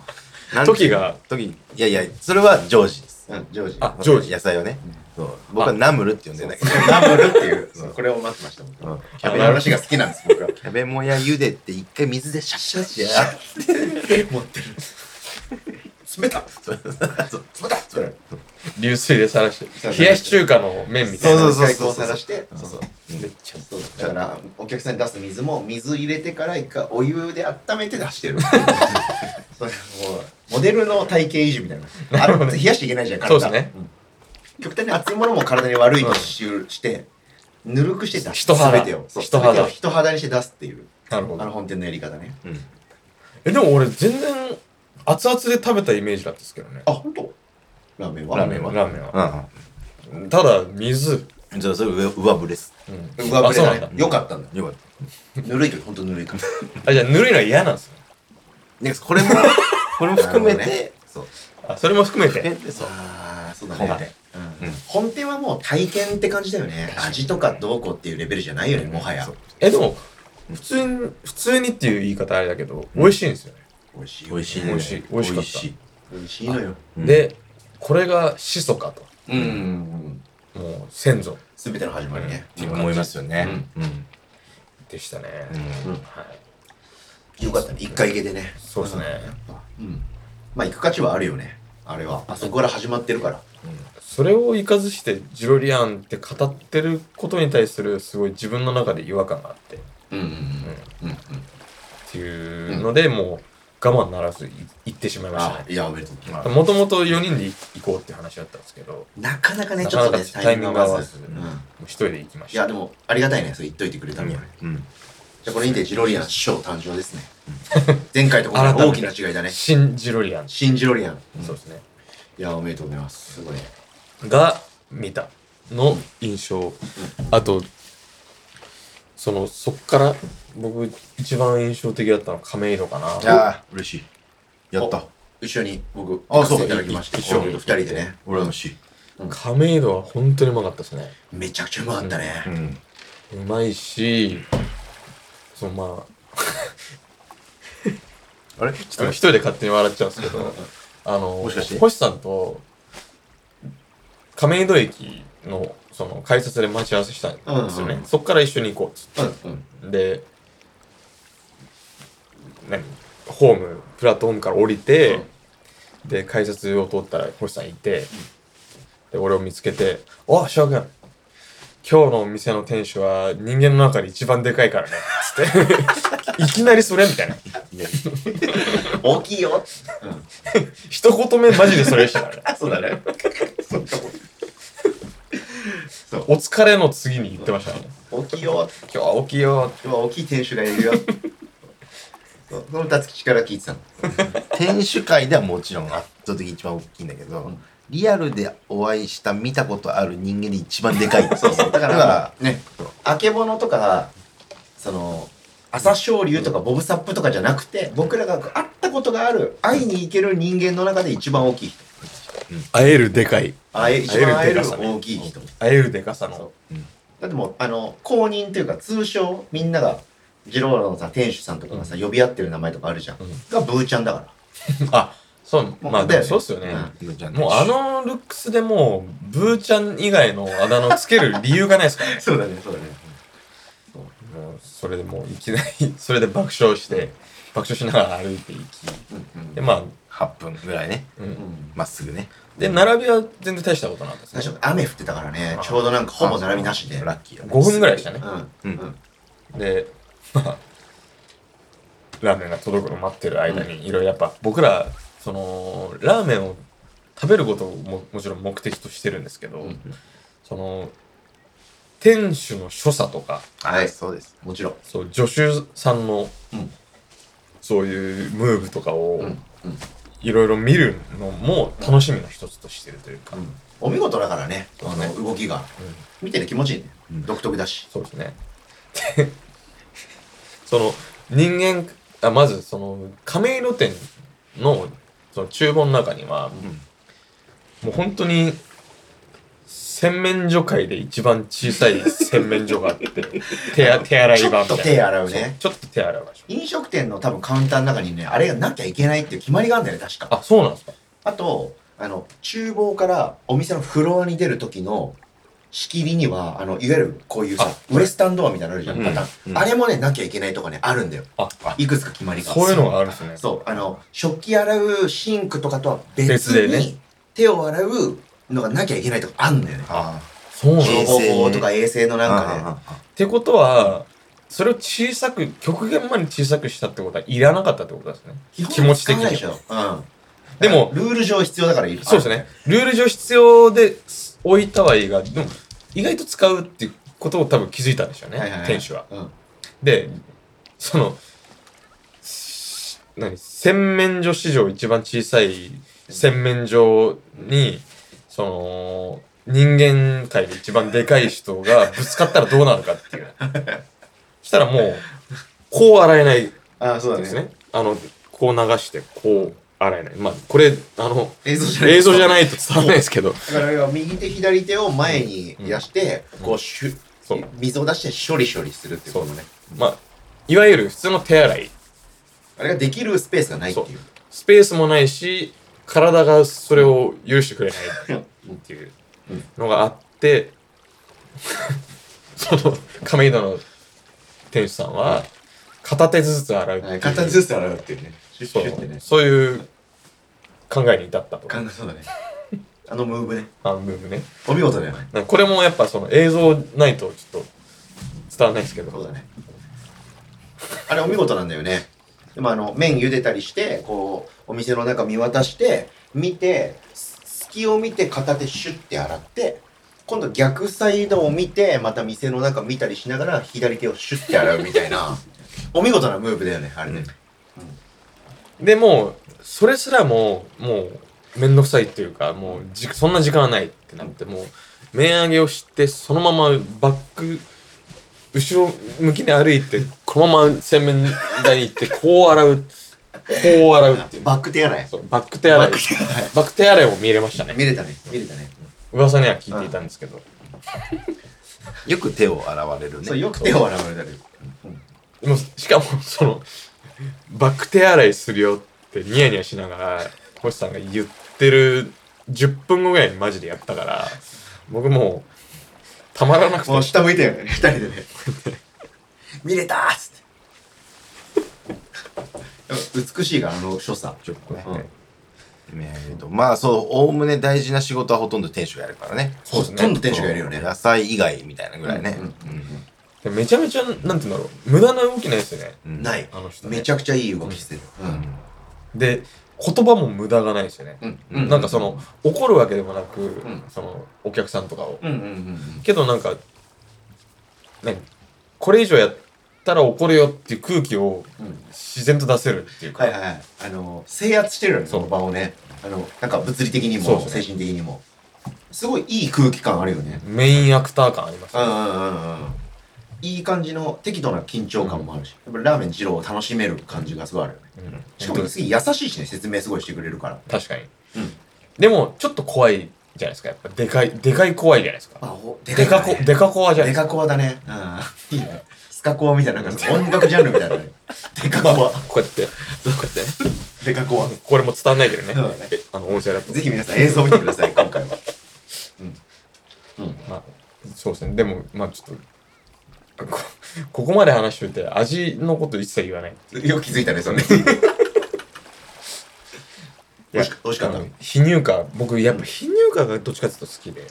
S2: なんていう
S3: 時が
S2: 時いやいやそれはジョージです
S1: うん、ジョージ。
S3: あジョージ
S2: 野菜をねそう僕はナムルって呼んでんだけど
S1: ナムルっていう、
S2: そう
S1: これを待ってました。僕は
S2: うん
S1: キャベの話が好きなんです、 <laughs> 僕は。
S2: キャベもや茹でて一回水でシャッシャッシャッ
S1: 持ってる。冷た
S2: そうそうそうそう
S3: 流水でさらし
S1: そう
S3: て、冷やし中華の麺みたい
S2: そ
S3: な。
S2: うそうそう
S1: 一回こ探して、そうそう。
S3: めっちゃ。
S1: そうだから、お客さんに出す水も、水入れてから一回お湯で温めて出 <laughs> してる。それもう、モデルの体型維持みたいな。あれ、冷やしちゃいけないじゃん、体。
S3: そうですね
S1: うん極端に熱いものも体に悪いとし,、して、ぬるくして出す。
S3: 人肌
S1: 全てを。そう
S3: 人肌
S1: 全てを人肌にして出すっていう、
S3: なるほ
S1: あの
S3: ど。
S1: 本店のやり方ね。
S2: うん
S3: え、でも俺全然熱々で食べたイメージだったんですけどね。
S1: あ、ほんとラーメンは
S2: ラーメンは
S3: ラーメンは。
S2: うん
S3: ただ、水。
S2: うんじゃあそれ上上振れです
S3: うん。
S1: 上
S3: あ、
S1: 振
S3: そ
S1: れ
S3: う
S1: だ
S3: なん
S1: ね
S3: だ。
S1: よかったんだよ。
S2: よかった
S1: ぬるいけど、ほんとぬる <laughs> いから。
S3: あ、じゃあぬるいのは嫌なんですね。
S2: なんかこれもこれも含め
S1: なるほど
S2: てそう
S3: あ、それも含め
S2: 含
S3: て。
S2: めてそう
S1: ああ、そうだ
S3: 本
S1: ね。うん
S2: うん
S1: 本店はもう体験って感じだよね。味とかどうこうっていうレベルじゃないよね、もはや
S2: そう。
S3: え、でも、普通に、普通にっていう言い方あれだけど、美味しいんですよね。
S1: 美味しいよね。
S2: 美味しいね
S3: 美味しい美味しかった
S2: 美
S1: 美味しいのよ。
S2: うん
S3: で、これが始祖かと。
S1: うんうん。
S3: もう先祖
S1: すべての始まりね。
S2: って思いますよねうん
S3: でしたね。
S2: うん
S1: うん
S3: はい、
S1: よかったね。一回行けてね。
S3: そうですね。
S1: うん。まあ行く価値はあるよね。あれは。あそこから始まってるから。
S3: それを生かずしてジロリアンって語ってることに対するすごい自分の中で違和感があってっ
S1: うんうんうん。うんうん。
S3: ていうので、もう我慢ならずい行ってしまいました
S1: あ、
S3: ね。
S1: いや、おめでとう。
S3: もともと4人で行こうっていう話だったんですけど、も
S1: なかなかね、
S3: な
S1: ちょ
S3: か
S1: っ
S3: な
S1: と
S3: か
S1: ね、タイミングが合わず。う
S3: タイミングが合わ
S1: ん
S3: う一人で行きまし
S1: いや、
S3: た。
S1: でも、ありがたいね。それ言っといてくれたのは。
S2: うん
S1: じゃあ、これにてジロリアン師匠誕生ですね。前回とこれ大きな違いだね。
S3: シンジロリアン。
S1: シンジロリアン。
S3: そうですね。
S1: いや、おめでとうございます。すごいね。
S3: が見たの印象。あと、その、そっから、僕、一番印象的だったのは亀戸かな。
S2: いやー、嬉しい。やった。
S1: 一緒に僕、
S2: あ
S1: 行かせて
S2: そう
S1: いただきました。
S3: 一緒
S1: 二人でね。
S2: 俺のし。
S3: 亀戸は本当にうまかったですね。
S1: めちゃくちゃうまかったね。
S2: ん。
S3: うまいし、そのま <laughs> あ、あれちょっと一人で勝手に笑っちゃうんです
S1: <laughs>
S3: けど、あの、
S2: もしかして
S3: 星さんと、亀戸駅の、その、改札で待ち合わせしたんですよね。
S1: うんうん
S3: そっから一緒に行こうっつ
S1: うんうん。
S3: って。で、何ホーム、プラットホームから降りて、で、改札を通ったら星さんいて、で、俺を見つけて、おっ、翔くん今日のお店の店主は人間の中で一番でかいからね。つ <laughs> って。いきなりそれみたいな。
S1: 大きいよ。
S3: 一言目マジでそれでしたからね。
S1: そうだね。そっか
S3: お疲れの次に言ってましたね。
S1: 大きいよ。
S3: 今日は大きいよ。
S1: 今日は大きい店主がいるよ。そうそのたつきから聞いてたの。
S2: 店主会ではもちろん圧倒的に一番大きいんだけど、リアルでお会いした見たことある人間で一番でかい
S1: <laughs> そうそう。だか
S2: だから
S1: ら、ね、あけぼのとか、その、朝青龍とかボブサップとかじゃなくて、僕らが会ったことがある、会いに行ける人間の中で一番大きい人。
S3: 会えるでかい。
S1: あえ一
S3: 会える
S1: 番会える
S3: でかさね
S1: 大きい人。
S3: 会えるでかさの。
S1: だってもう、あの、公認というか、通称、みんなが、ジローラのさ、店主さんとかがさ、呼び合ってる名前とかあるじゃん。
S3: うん
S1: が、ブーちゃんだから。
S3: あ、そう、まあ、
S1: だ
S3: で
S1: よ
S3: も
S1: ね
S3: そうっすよね。
S1: うん。
S3: もうあのルックスでもう、ブーちゃん以外のあだ名をつける理由がないですからね
S1: そうだね、そうだね。
S3: <laughs> もうそれでもういきなり、それで爆笑して、 <laughs> 爆笑しながら歩いていき。
S1: うん
S3: で、まあ、
S2: 8分ぐらいね
S3: う。
S1: うんん。
S2: まっすぐね
S3: で、並びは全然大したことなかった
S1: 最
S3: です
S1: 初
S3: ね。、
S1: 雨降ってたからね
S3: あ、
S1: ちょうどなんか、ほぼ並びなしで。
S2: ラッキーよね
S3: 5分ぐらいでしたね。
S1: うん。うん。
S3: で、まあ、ラーメンが届くの待ってる間に、いろいろやっぱ、僕ら、その、ラーメンを食べることをももちろん目的としてるんですけど、
S1: うん
S3: その、店主の所作とか、
S1: はい、
S2: そうです
S1: もちろん。
S3: そう、助手さんの、
S1: うん
S3: そういうムーブとかを、
S1: うん。うん。
S3: いろいろ見るのも楽しみの一つとしてるというか、
S1: お見事だからね、
S3: そう
S1: あ
S3: ね
S1: の、動きが
S3: うん。
S1: 見てて気持ちいいね
S2: うん。
S1: 独特だし。
S3: そうですね。でその人間あまずその亀戸店のその厨房の中には、もう本当に洗面所界で一番小さい洗面所があって
S1: <laughs>
S3: 手あ手洗い
S1: ちょ
S3: 場
S1: っ
S3: みた
S1: と
S3: いな
S1: 手洗うね。
S3: そうちょっと手洗う場所
S1: 飲食店の多分カウンターの中にね、あれがなきゃいけないっていう決まりがあるんだよね、確か。
S3: あそうなんですか
S1: あと、あの、厨房からお店のフロアに出る時の仕切りには、あの、いわゆるこういうさ
S3: あ、
S1: ウエスタンドアみたいなのあるじゃん、
S3: うん
S1: パターン。あれもね、なきゃいけないとかね、あるんだよ。
S3: ああ
S1: いくつか決まりが。
S3: そういうのがあるんですね
S1: そう、あの、食器洗うシンクとかとは別
S3: 別で
S1: に、手を洗うのがなきゃいけないとかあるんだよね。
S2: あ
S3: そうな
S2: ー
S3: ん
S1: 消
S3: です
S1: 防法とか衛生の
S2: あ
S1: なんかね。
S3: ってことはそれを小さく極限まで小さくしたってことはいらなかったってことですね気持ち的
S1: に。
S3: に
S1: うん。
S3: でも
S1: ルール上必要だからいい。
S3: そうですね。ルール上必要です置いたはいいが、でも意外と使うっていうことを多分気づいたんでしょうね、
S1: はいはいい
S3: 店主は。
S1: うん。
S3: で、その、し何、洗面所史上一番小さい洗面所に、その、人間界で一番でかい人がぶつかったらどうなるかっていう。 <laughs> そしたらもう、こう洗えない
S1: ああ、そうだね。
S3: ですね。あの、こう流して、こう洗えない。まあ、これ、あの、
S1: 映像じゃない。。
S3: 映像じゃないいと伝わらないですけど。
S1: だから要は右手左手を前に出して、
S3: うん
S1: こうしゅ、
S3: そう
S1: 水を出して処理処理するっていうことね。
S3: まあ、いわゆる普通の手洗い。
S1: あれができるスペースがないっていう。
S3: スペースもないし、体がそれを許してくれないっていうのがあって、 <laughs> その、亀戸の店主さんは、片手ずつ洗うっていう。
S1: 片手ずつ洗うっていうね。シュッシ
S3: そ
S1: ュッって
S3: う
S1: ね。
S3: そういう考えに至ったと。
S1: 感じそうだね。あのムーブね。
S3: あのムーブね。
S1: お見事だよね。
S3: なんかこれもやっぱその映像ないとちょっと伝わらないですけど。
S1: そうだね。あれお見事なんだよね。でもあの、麺茹でたりして、こう、お店の中見渡して、見て、す隙を見て片手シュッて洗って、今度逆サイドを見て、また店の中見たりしながら左手をシュッて洗うみたいな、お見事なムーブだよね、あれね。
S3: でもうそれすらももう面倒くさいっていうかもうじそんな時間はないってなってもう面上げをしてそのままバック後ろ向きに歩いてこのまま洗面台に行ってこう洗うこう洗うっていう
S1: バック手洗い。
S3: そうバック手洗い
S1: バック手洗い
S3: バック手洗いを見れましたね
S1: 見れたね。見れたね。
S3: 噂には聞いていたんですけど
S2: よく手を洗われるね。
S1: そう、よく手を洗われたね。
S3: でもしかもそのバック手洗いするよってニヤニヤしながら星さんが言ってる10分後ぐらいにマジでやったから僕もうたまらなくて
S1: もう下向いたよね、二人でね。 <laughs> 見れたーっ <laughs> つって。でも美しいから、あの所作。
S2: ちょっとね
S1: うん
S2: えーとまあそう、おおむね大事な仕事はほとんど店主がやるからね。
S3: そうですね
S1: ほとんど店主がやるよね。
S2: 野菜以外みたいなぐらいね。
S1: うん
S3: でめちゃめちゃなんて言うんだろう無駄な動きないですよね
S2: うん。
S1: ないい
S3: あの。人ね
S1: めちゃくちゃいい動きしてる。
S2: うん
S3: で言葉も無駄がないですよね、
S1: うん。
S2: うん
S3: なんかその怒るわけでもなく、
S1: ん
S3: そのお客さんとかを
S1: うんうんうん
S3: けどなんか何これ以上やったら怒るよっていう空気を
S1: うん。
S3: 自然と出せるっていうか、
S1: はいはいはい。あの、制圧してるよね、
S3: そ
S1: そうの場をね。あの、なんか物理的に
S3: そう
S1: も、
S3: です
S1: 精
S3: ね
S1: 神的にも。すごいいい空気感あるよね。
S3: メインアクター感あります
S1: うんう
S3: ね
S1: んうんうん。いい感じの適度な緊張感もあるし、やっぱりラーメン二郎を楽しめる感じがすごいあるよね。
S3: うん
S1: しかも次優しいしね、説明すごいしてくれるから。
S3: 確かに、
S1: うん
S3: でもちょっと怖いじゃないですかやっぱでかいでかい怖いじゃないですか
S1: あ、おで
S3: でか
S1: い
S3: こ
S1: ね
S3: でか怖じゃない
S1: デ
S3: ですか
S1: カコアだね。うん。いいね。スカコアみたいな、なんか音楽ジャンルみたいな
S3: <laughs>
S1: ね。デカコア。
S3: こうやってこうやっ
S1: デ
S3: て
S1: カコア。
S3: これも伝わんないけどね
S1: そうだね
S3: えあの音声だと
S1: ぜひ皆さん映像見てくだ <laughs> さい、今回は。
S3: まあそうですねでもまあちょっとこここまで話しといて味のこと一切言わない
S1: よく気づいたね、それね。美味し美味しかった
S3: あの非乳化僕やっぱ非乳化がどっちかっていうと好きで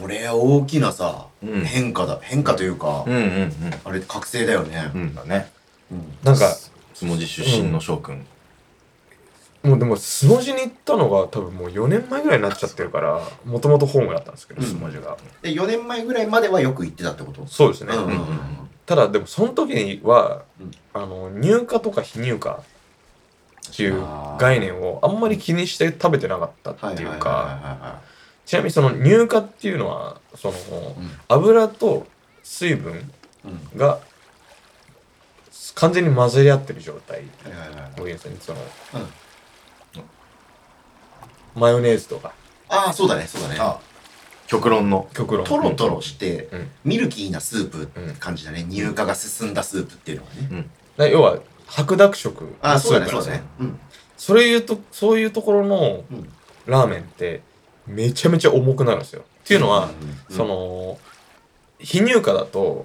S1: これは大きなさ、
S2: うん
S1: 変化だ。変化というか、
S2: うんうん
S1: あれ、覚醒だよね
S2: う。ん。うんだね。
S1: うん
S3: なんか
S2: 相撲地出身の翔くん。
S3: もうでも素文字に行ったのが多分もう4年前ぐらいになっちゃってるからもともとホームだったんですけど
S1: うん
S3: 素文字が、
S1: で、4年前ぐらいまではよく行ってたってこと
S3: そうですね、
S1: うんうんうん
S3: ただでもその時には、
S1: うん
S3: あの乳化とか非乳化っていう
S1: あー
S3: 概念をあんまり気にして食べてなかった
S1: はい
S3: っ
S1: は
S3: て
S1: い
S3: い
S1: は
S3: う
S1: い
S3: か
S1: は
S3: ちなみにその乳化っていうのはその、
S1: いはい。
S3: 油と水分
S1: うんうん
S3: が完全に混ぜり合ってる状態
S1: はいはいはい
S3: を言うんですよねその、
S1: うん
S3: マヨネーズとか
S1: ああ、そうだね、そうだね。
S2: あ、極論の。
S3: 極論
S1: トロトロして、
S3: うん
S1: ミルキーなスープって
S3: うん
S1: 感じだね、乳化が進んだスープっていうのはね、
S3: だ要は白濁色
S1: ああ
S3: のス
S1: そう
S3: ー
S1: だね
S3: プなん
S1: そうだ
S3: ですよ
S1: ねうん
S3: それ言うとそういうところの
S1: うん
S3: ラーメンってめちゃめちゃ重くなるんですよっていうのは、
S1: うん
S3: その非乳化だと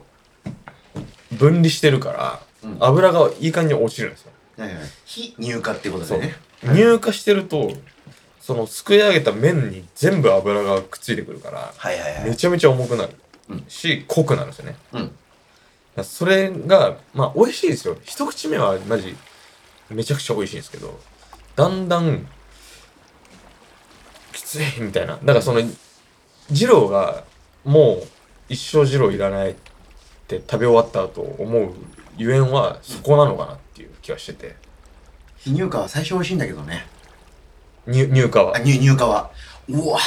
S3: 分離してるから
S1: うん
S3: 油がいい感じに落ちるんですよ
S1: はいはい非乳化ってことだよねうん
S3: 乳化してるとそのすくい上げた麺に全部油がくっついてくるから
S1: はいはいはい
S3: めちゃめちゃ重くなる
S1: うん
S3: し濃くなるんですよね
S1: うん
S3: だからそれが、まあ、美味しいですよ。一口目は、マジ、めちゃくちゃ美味しいんですけど、だんだん、きつい、みたいな。だから、その、二郎が、もう、一生二郎いらないって食べ終わった後、思うゆえんは、そこなのかなっていう気はしてて。
S1: 非乳化は最初美味しいんだけどね
S3: 入入荷は
S1: あ。乳乳化はうわ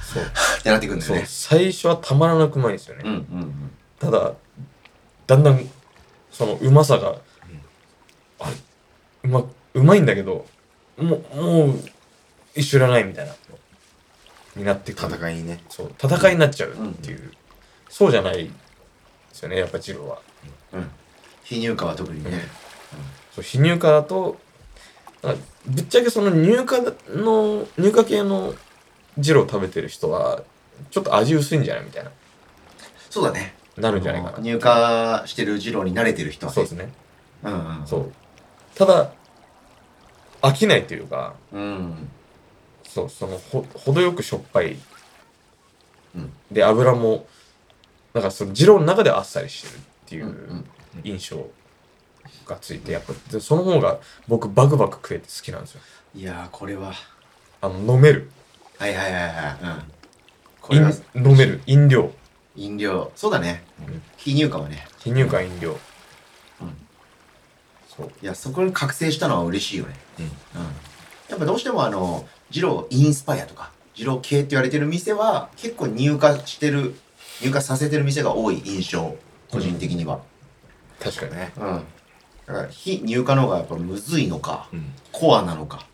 S3: そう。
S1: ーってなってくるんだよ
S3: そう。
S1: ね
S3: 最初はたまらなくうまいんですよね。
S1: うんうん
S3: ただだんだんそのうまさが、あれうまうまいんだけどもうもう一緒いらないみたいなになってくる
S2: 戦いにね。
S3: そう戦いになっちゃうっていう、そうじゃないですよねやっぱ二郎は
S1: うんうん非乳化は特にね
S3: そう非乳化だとなんかぶっちゃけその乳化の乳化系の二郎食べてる人はちょっと味薄いんじゃないみたいな
S1: そうだね
S3: なるんじゃないかな
S1: 乳化してる二郎に慣れてる人はね
S3: そうですね
S1: うんうん
S3: そう。ただ、飽きないというか、
S1: うん
S3: そう、その、ほ、程よくしょっぱい。
S1: うん
S3: で、油も、なんかその、二郎の中ではあっさりしてるってい
S1: うんう
S3: うん印象がついて、やっぱ、でその方が僕、バクバク食えて好きなんですよ。
S1: いやーこれは
S3: あの、飲める。
S1: はいはいはいはいうんこ
S3: 飲
S1: れは
S3: 飲める。飲料。
S1: 飲料そうだね
S3: うん
S1: 非乳化はね
S3: 非乳化飲料。
S1: うん
S3: そう
S1: いや、そこに覚醒したのは嬉しいよね。
S2: うん
S1: やっぱどうしてもあの、二郎インスパイアとか、二郎系って言われてる店は、結構入荷してる、入荷させてる店が多い印象、個人的には。
S3: 確かにね
S2: ね。
S1: うん。だから、非入荷の方がやっぱむずいのか、
S2: うん。
S1: コアなのか。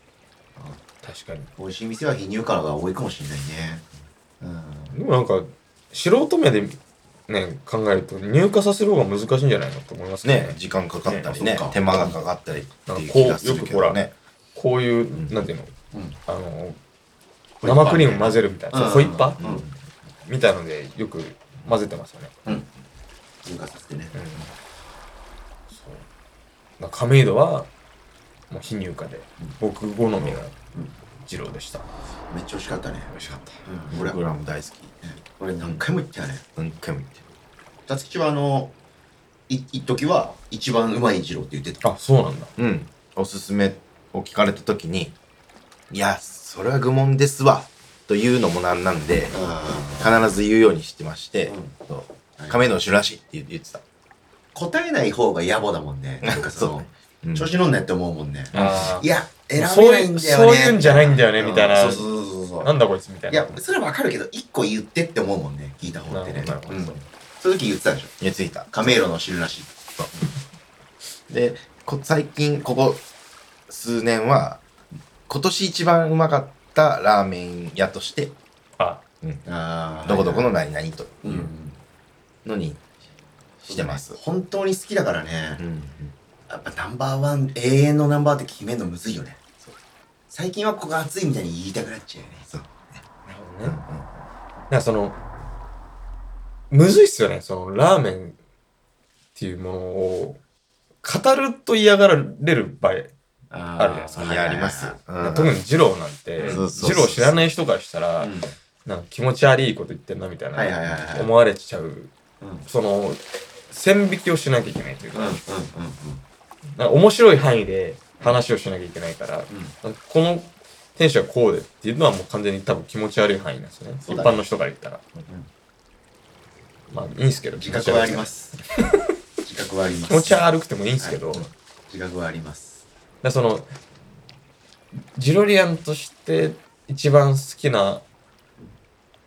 S3: 確かに
S1: 美味しい店は非入荷が多いかもしれないね。うん。
S3: でもなんか素人目でね考えると入荷させる方が難しいんじゃないのと思いますけど
S2: ね、時間かかったりね
S1: ねそうか
S2: 手間がかかったりっていう気がするけどね。
S3: こういう、
S2: ん
S3: なんていうの
S1: うん。
S3: あの生クリーム混ぜるみたいな、
S1: うん
S3: ホイッパー
S1: こうよくほらうん
S3: みたいのでよく混ぜてますよね、
S1: 入荷させてね
S3: う。ん、そうだから亀戸はもう非入荷で僕好みの二郎でした、
S1: めっちゃ美味しかったね。
S3: 美味しかった
S1: うん。俺、
S2: 僕らも大好き。
S1: 俺何回も行ったよね。
S2: 何回も言ってる。
S1: たつきはあの、い一時は一番うまい二郎って言ってた。
S3: あそうなんだ
S2: うん、おすすめを聞かれた時に「いやそれは愚問ですわ」というのもなんなんで必ず言うようにしてまして
S1: うん
S2: 「そう亀の種らしい」って言言ってた、
S1: 答えない方が野暮だもんね。なんかそ
S2: そう
S1: の
S2: ね、うん
S1: 調子乗んねって思うもんね。
S3: あ
S1: いや、選
S3: そう
S1: べな
S3: い
S1: い
S3: う
S1: んだよね。
S3: そういうんじゃないんだよねみたいな
S1: うんそうそうそうそう
S3: な
S1: そ。
S3: んだこいつみたいう
S1: い
S3: な
S1: や、それはわかるけど、一個言ってって思うもんね。聞いた方ってね
S3: なる。ほ
S1: う
S3: ど
S1: んそういう時言ってたでしょ。
S2: 言っていた
S1: カメイロの汁なし。
S2: でこ最近ここ数年は今年一番うまかったラーメン屋として
S3: あ
S1: あー
S2: どこどこの何々と
S1: う。
S2: いうんのにしてます、
S1: 本当に好きだからね
S2: う。ん
S1: やっぱナンバーワン、永遠のナンバーワンって決めるのむずいよね。最近はここが熱いみたいに言いたくなっちゃうよね。
S2: そう
S3: なるほ
S2: う
S3: ど
S2: ん
S3: ねなんかその、むずいっすよね。その、ラーメンっていうものを、語ると嫌がられる場合。
S1: あ
S3: ーあるじゃないですか
S2: うんいやあります、うん
S3: 特に二郎なんて、
S2: そうそうそう
S3: 二郎知らない人からしたら、
S1: うん
S3: なんか気持ち悪いこと言ってんなみたいな、
S1: はいはいはいはい
S3: 思われちゃう。
S1: うんうん
S3: その、線引きをしなきゃいけないというか、
S1: うんうん
S3: なんか面白い範囲で話をしなきゃいけないから、なんかこの店主はこうでっていうのはもう完全に多分気持ち悪い範囲なんですよね。
S1: そ
S3: 一
S1: うだね
S3: 般の人から言ったら。まあいいんですけど、。
S1: 自覚はあります <laughs> す自覚はあります
S3: 気持ち悪くてもいいんですけど、
S1: はい自覚はあります
S3: だからそのジロリアンとして一番好きな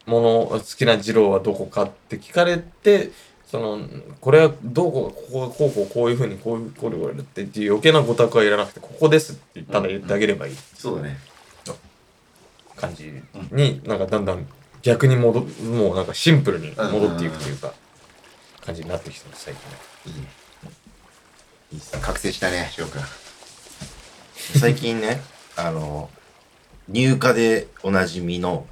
S3: もの好きなジローはどこかって聞かれてそのこれはどうこうここがこうこうこういうふうにこういうこういうこういうってっていう余計なごたくはいらなくてここですってただ言ってあげればいい
S1: そうだね
S3: 感じになんかだんだん逆に戻もうなんかシンプルに戻っていくというか感じになってきてます最近
S1: いいね
S2: いいっすね
S1: 覚醒したね翔くん
S2: 最近ねあの入荷でおなじみの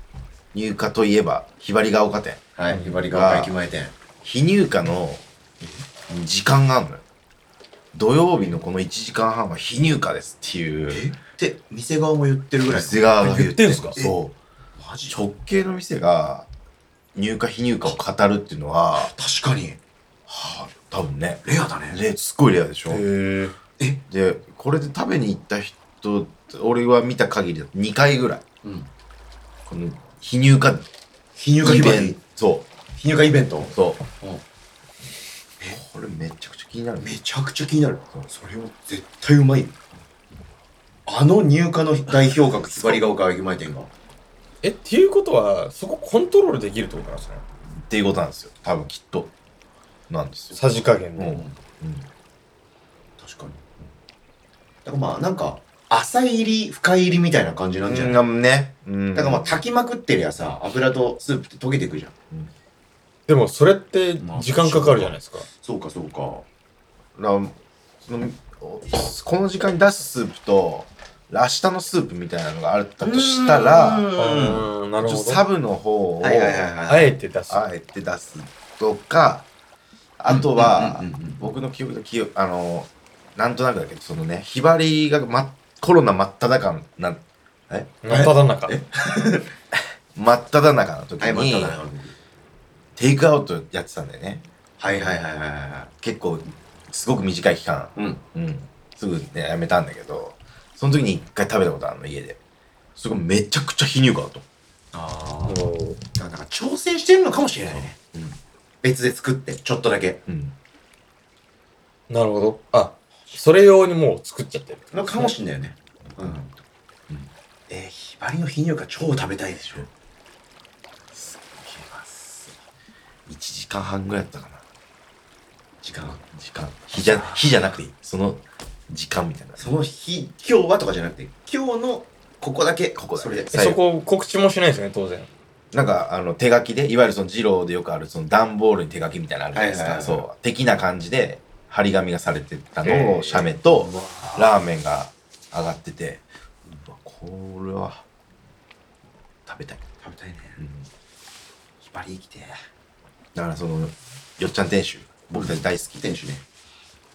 S2: 入荷といえばひばりが丘店
S1: は
S3: う
S1: い
S3: ん
S1: ひばりが丘駅前店
S2: 非入荷の時間があるのよ土曜日のこの1時間半は非入荷ですっていう
S1: って店側も言ってるぐらい
S2: 店側が
S3: 言ってんすか
S2: そう
S1: マジ確
S2: 直系の店が入荷非入荷を語るっていうのは
S1: かに
S2: はあ多分ね
S1: レアだね
S2: レすっごいレアでしょ
S3: へえ
S2: でこれで食べに行った人俺は見た限りだと2回ぐらい
S1: うん
S2: この非入荷
S1: 非入荷ひ
S2: イ
S1: ば
S2: ベン
S1: り
S2: トそう
S1: 非入荷イベント
S2: そう。
S1: うん
S2: これめちゃくちゃ気になる。
S1: めちゃくちゃ気になるそれを絶対うまいよあの入荷の代表格ひばりが丘駅前店が
S3: えっていうことはそこコントロールできるってことなんですね
S2: っていうことなんですよ。多分きっと。なんですよ。
S3: さじ加減
S2: う
S3: で、
S2: ん
S1: 確かにだからまあなんか浅い入り深い入りみたいな感じなんじゃない、
S2: うん、ね。うん。
S1: だからまあ炊きまくってりゃさ油とスープって溶けていくじゃん
S3: でもそれって時間かかるじゃないですか。
S1: そうかそうか
S2: だからそのおこの時間に出すスープと、明日のスープみたいなのがあったとした
S1: う
S2: ら、
S1: ん
S3: うーん、なる
S2: ちょっ
S3: ほ
S2: と
S3: ど。
S2: サブの方を、
S1: はいはいはい
S3: あ
S1: はい
S3: えて出す。
S2: あえて出すとか、あとは、
S1: うんうんうんうん
S2: 僕の記憶の記憶、あの、なんとなくだけど、そのね、ひばりが、ま、コロナ真っ只中な、え
S3: 真っただ中。
S1: え
S2: 真っ只中の時
S1: はいま
S2: に、
S1: ただよ
S2: テイクアウトやってたんだよね
S1: はいはいはいはいは
S2: 結構すごく短い期間、
S1: いうん
S2: うん、すぐねやめたんだけどその時に一回食べたことあるの家でそれがめちゃくちゃ非入荷だと
S1: あ
S3: もう
S1: あなんか調整してるのかもしれないね、
S2: うん
S1: 別で作ってちょっとだけ
S2: うん
S3: なるほど。あ、それ用にもう作っちゃってる。
S1: のかもしんないよね。うん。えー、ひばりの皮乳が超食べたいでしょ。
S2: 1時間半ぐらいだったかな。
S1: 時間。
S2: 時間。日じゃ、日じゃなくていい。その時間みたいな。
S1: その日、今日はとかじゃなくて、今日のここだけ、こ
S2: こだ
S1: そ
S2: け
S1: れで。
S3: え
S2: 最
S3: そ
S2: 後
S3: こ告知もしないですよね、当然。
S2: なんか、あの、手書きで、いわゆるその二郎でよくある、その段ボールに手書きみたいなのあるじゃないですか。
S1: はいはいはいはい
S2: そう。的な感じで、張り紙がされてた
S3: へ
S2: の
S3: ー
S2: を、写メと
S1: うわ、
S2: ラーメンが上がってて、うわこれは、食べたい。
S1: 食べたいね。
S2: うん
S1: ひばり生きて。
S2: だからその、よっちゃん店主、僕たち大好き。
S1: 店主ね。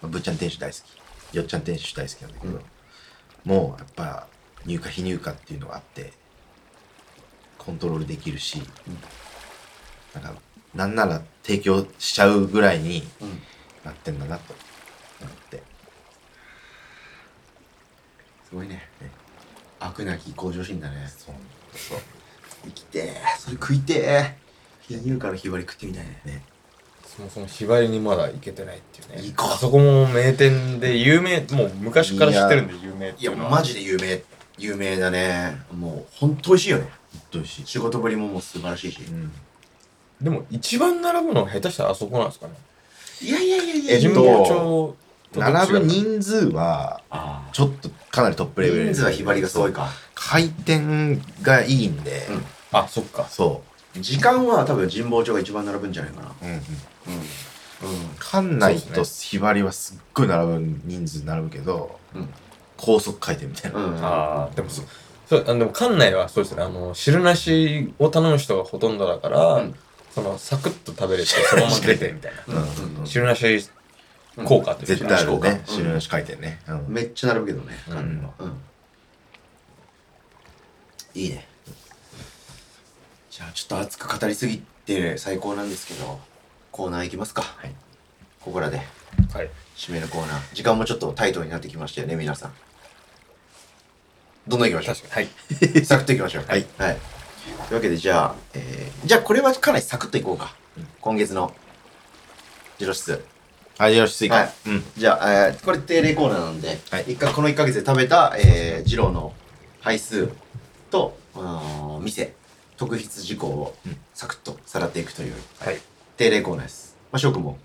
S2: まあぶっちゃん店主大好きよっちゃん店主大好きなんだけど、
S1: うん
S2: もうやっぱ入荷非入荷っていうのがあってコントロールできるし、なんかなんなら提供しちゃうぐらいに
S1: うん
S2: なってんだなと思って、
S1: すごいね
S2: ね。
S1: 悪なき向上心だね。
S2: そうそう
S1: 生きて。それ食いて。皮乳からひばり食ってみたいね。
S3: そもそもひばりにまだ行けてないっていうね。
S1: 行こう
S3: あそこも名店で有名、もう昔から知ってるんで有名って
S1: い
S3: い
S1: や、
S3: うのは。
S1: マジで有名、有名だね。もう、ほんと美味しいよね。
S2: どうしい、
S1: 仕事ぶりももう素晴らしいし。
S2: うん、
S3: でも一番並ぶのは下手したらあそこなんですかね。
S1: いやいやいやいや。
S2: えっと
S3: 神保町とどっちが
S2: 並ぶ人数は
S1: ああ。
S2: ちょっとかなりトップレベル
S1: 人数はひばりがすごいか。
S2: 回転がいいんで、
S1: うん
S3: あ、そっか。
S2: そ
S1: 時間は多分神保町が一番並ぶんじゃないかな。
S2: う、うんうん、
S1: う
S2: 館内
S3: そう
S2: と
S3: で
S2: ひばりはすっごい並ぶ人数並ぶけど、
S1: うん
S2: 高速回転みたいな、
S1: ん。うん。
S3: ああ、でもそ、そう、あでも館内はそうですね。あの、汁なしを頼む人がほとんどだから、
S1: うん
S3: その、サクッと食べれ <laughs> て、そのまま出てみたいな。
S1: うんうんうん
S3: 汁なし効果という
S2: 絶
S3: か。
S2: 対あるよ
S1: うん
S2: ね汁なし回転ね、うん
S1: めっちゃ並ぶけどね、
S3: うん
S1: 彼女は。うん。いいね。じゃあ、ちょっと熱く語りすぎて最高なんですけど、コーナーいきますか。はい。ここらで、
S3: はい。
S1: 締めのコーナー。時間もちょっとタイトになってきましたよね、皆さん。どんどんいきましょう
S3: 確かに。はい。
S1: サクッといきましょう。
S2: はい。
S1: はい。というわけで、じゃあ、えー、じゃあこれはかなりサクッといこうか。今月の、ジロ室。
S2: 味のしスイカ、
S1: はい
S2: うん
S1: じゃあ、えーこれ定例コーナーなんで、
S2: はい
S1: 一回この1ヶ月で食べた、えー、二郎の配数と、うーん店、特筆事項を
S2: うん
S1: サクッとさらっていくという
S3: はい。
S1: 定例コーナーです。まあ、翔くんも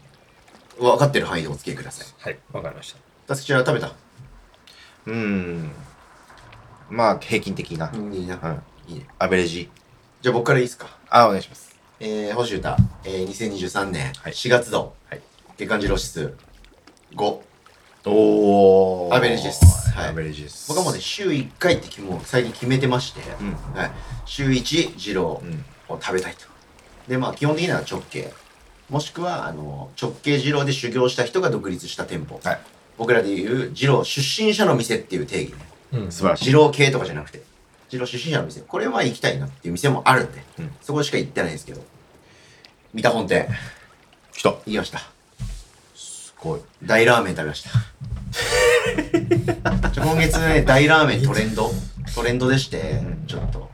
S1: 分かってる範囲でお付き合いください。
S3: はい。わかりました。
S1: たすきちゃんは食べた
S2: うんまあ平均的な、うん
S1: いいな。いいね。
S2: アベレージ
S1: じゃあ僕からいいですか。
S2: あお願いします
S1: えー、星歌、えー、2023年
S2: はい
S1: 4月度、
S2: はい
S1: 月間二郎指数5。
S2: お
S1: アベレージですはい
S2: アベレージです
S1: 僕はもうね、週1回ってきもう最近決めてまして、
S2: うん
S1: はい、週1、二郎、
S2: うん
S1: を食べたいと。で、まあ基本的には直径。もしくは、あの、直径二郎で修行した人が独立した店舗。
S2: はい
S1: 僕らでいう、二郎出身者の店っていう定義ね。
S3: うん
S2: 素晴らしい
S1: 二郎系とかじゃなくて、二郎出身者の店。これは行きたいなっていう店もあるんで、
S2: うん
S1: そこしか行ってないんですけど。三田本店、
S2: 来た
S1: 行きました。
S2: すごい
S1: 大ラーメン食べま
S2: <laughs>
S1: した。ちょ今月ね、大ラーメントレンド、トレンドでして、ちょっと。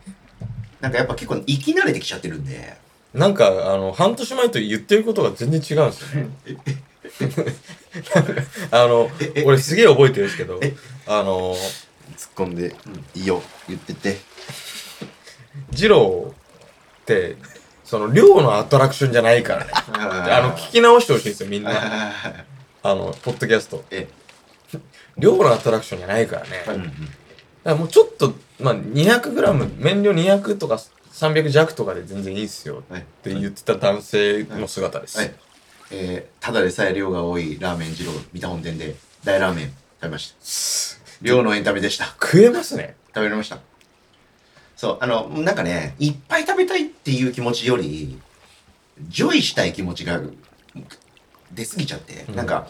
S1: なんかやっぱ結構生き慣れてきちゃってるんで、
S3: なんか、あの、半年前と言ってることが全然違うんですよね。 <laughs> あの、俺すげえ覚えてるんですけど、あの、
S2: 突っ込んで、いいよ言ってて
S3: ジローって、その、量のアトラクションじゃないからね。あの、聞き直してほしいんですよ、みんな。あの、ポッドキャスト。
S1: え
S3: 量のアトラクションじゃないからね。
S1: はい
S3: だか
S2: うんうん
S3: らもうちょっと、まあ、200g、麺量200とか300弱とかで全然いいっすよ
S1: はい
S3: って言ってた男性の姿です。
S1: はい、えーただでさえ量が多いラーメン二郎三田本店で大ラーメン食べました量のエンタメでした
S3: 食えますね。
S1: 食べられましたそうあのなんかねいっぱい食べたいっていう気持ちよりジョイしたい気持ちが出過ぎちゃって、
S3: うん
S1: なんか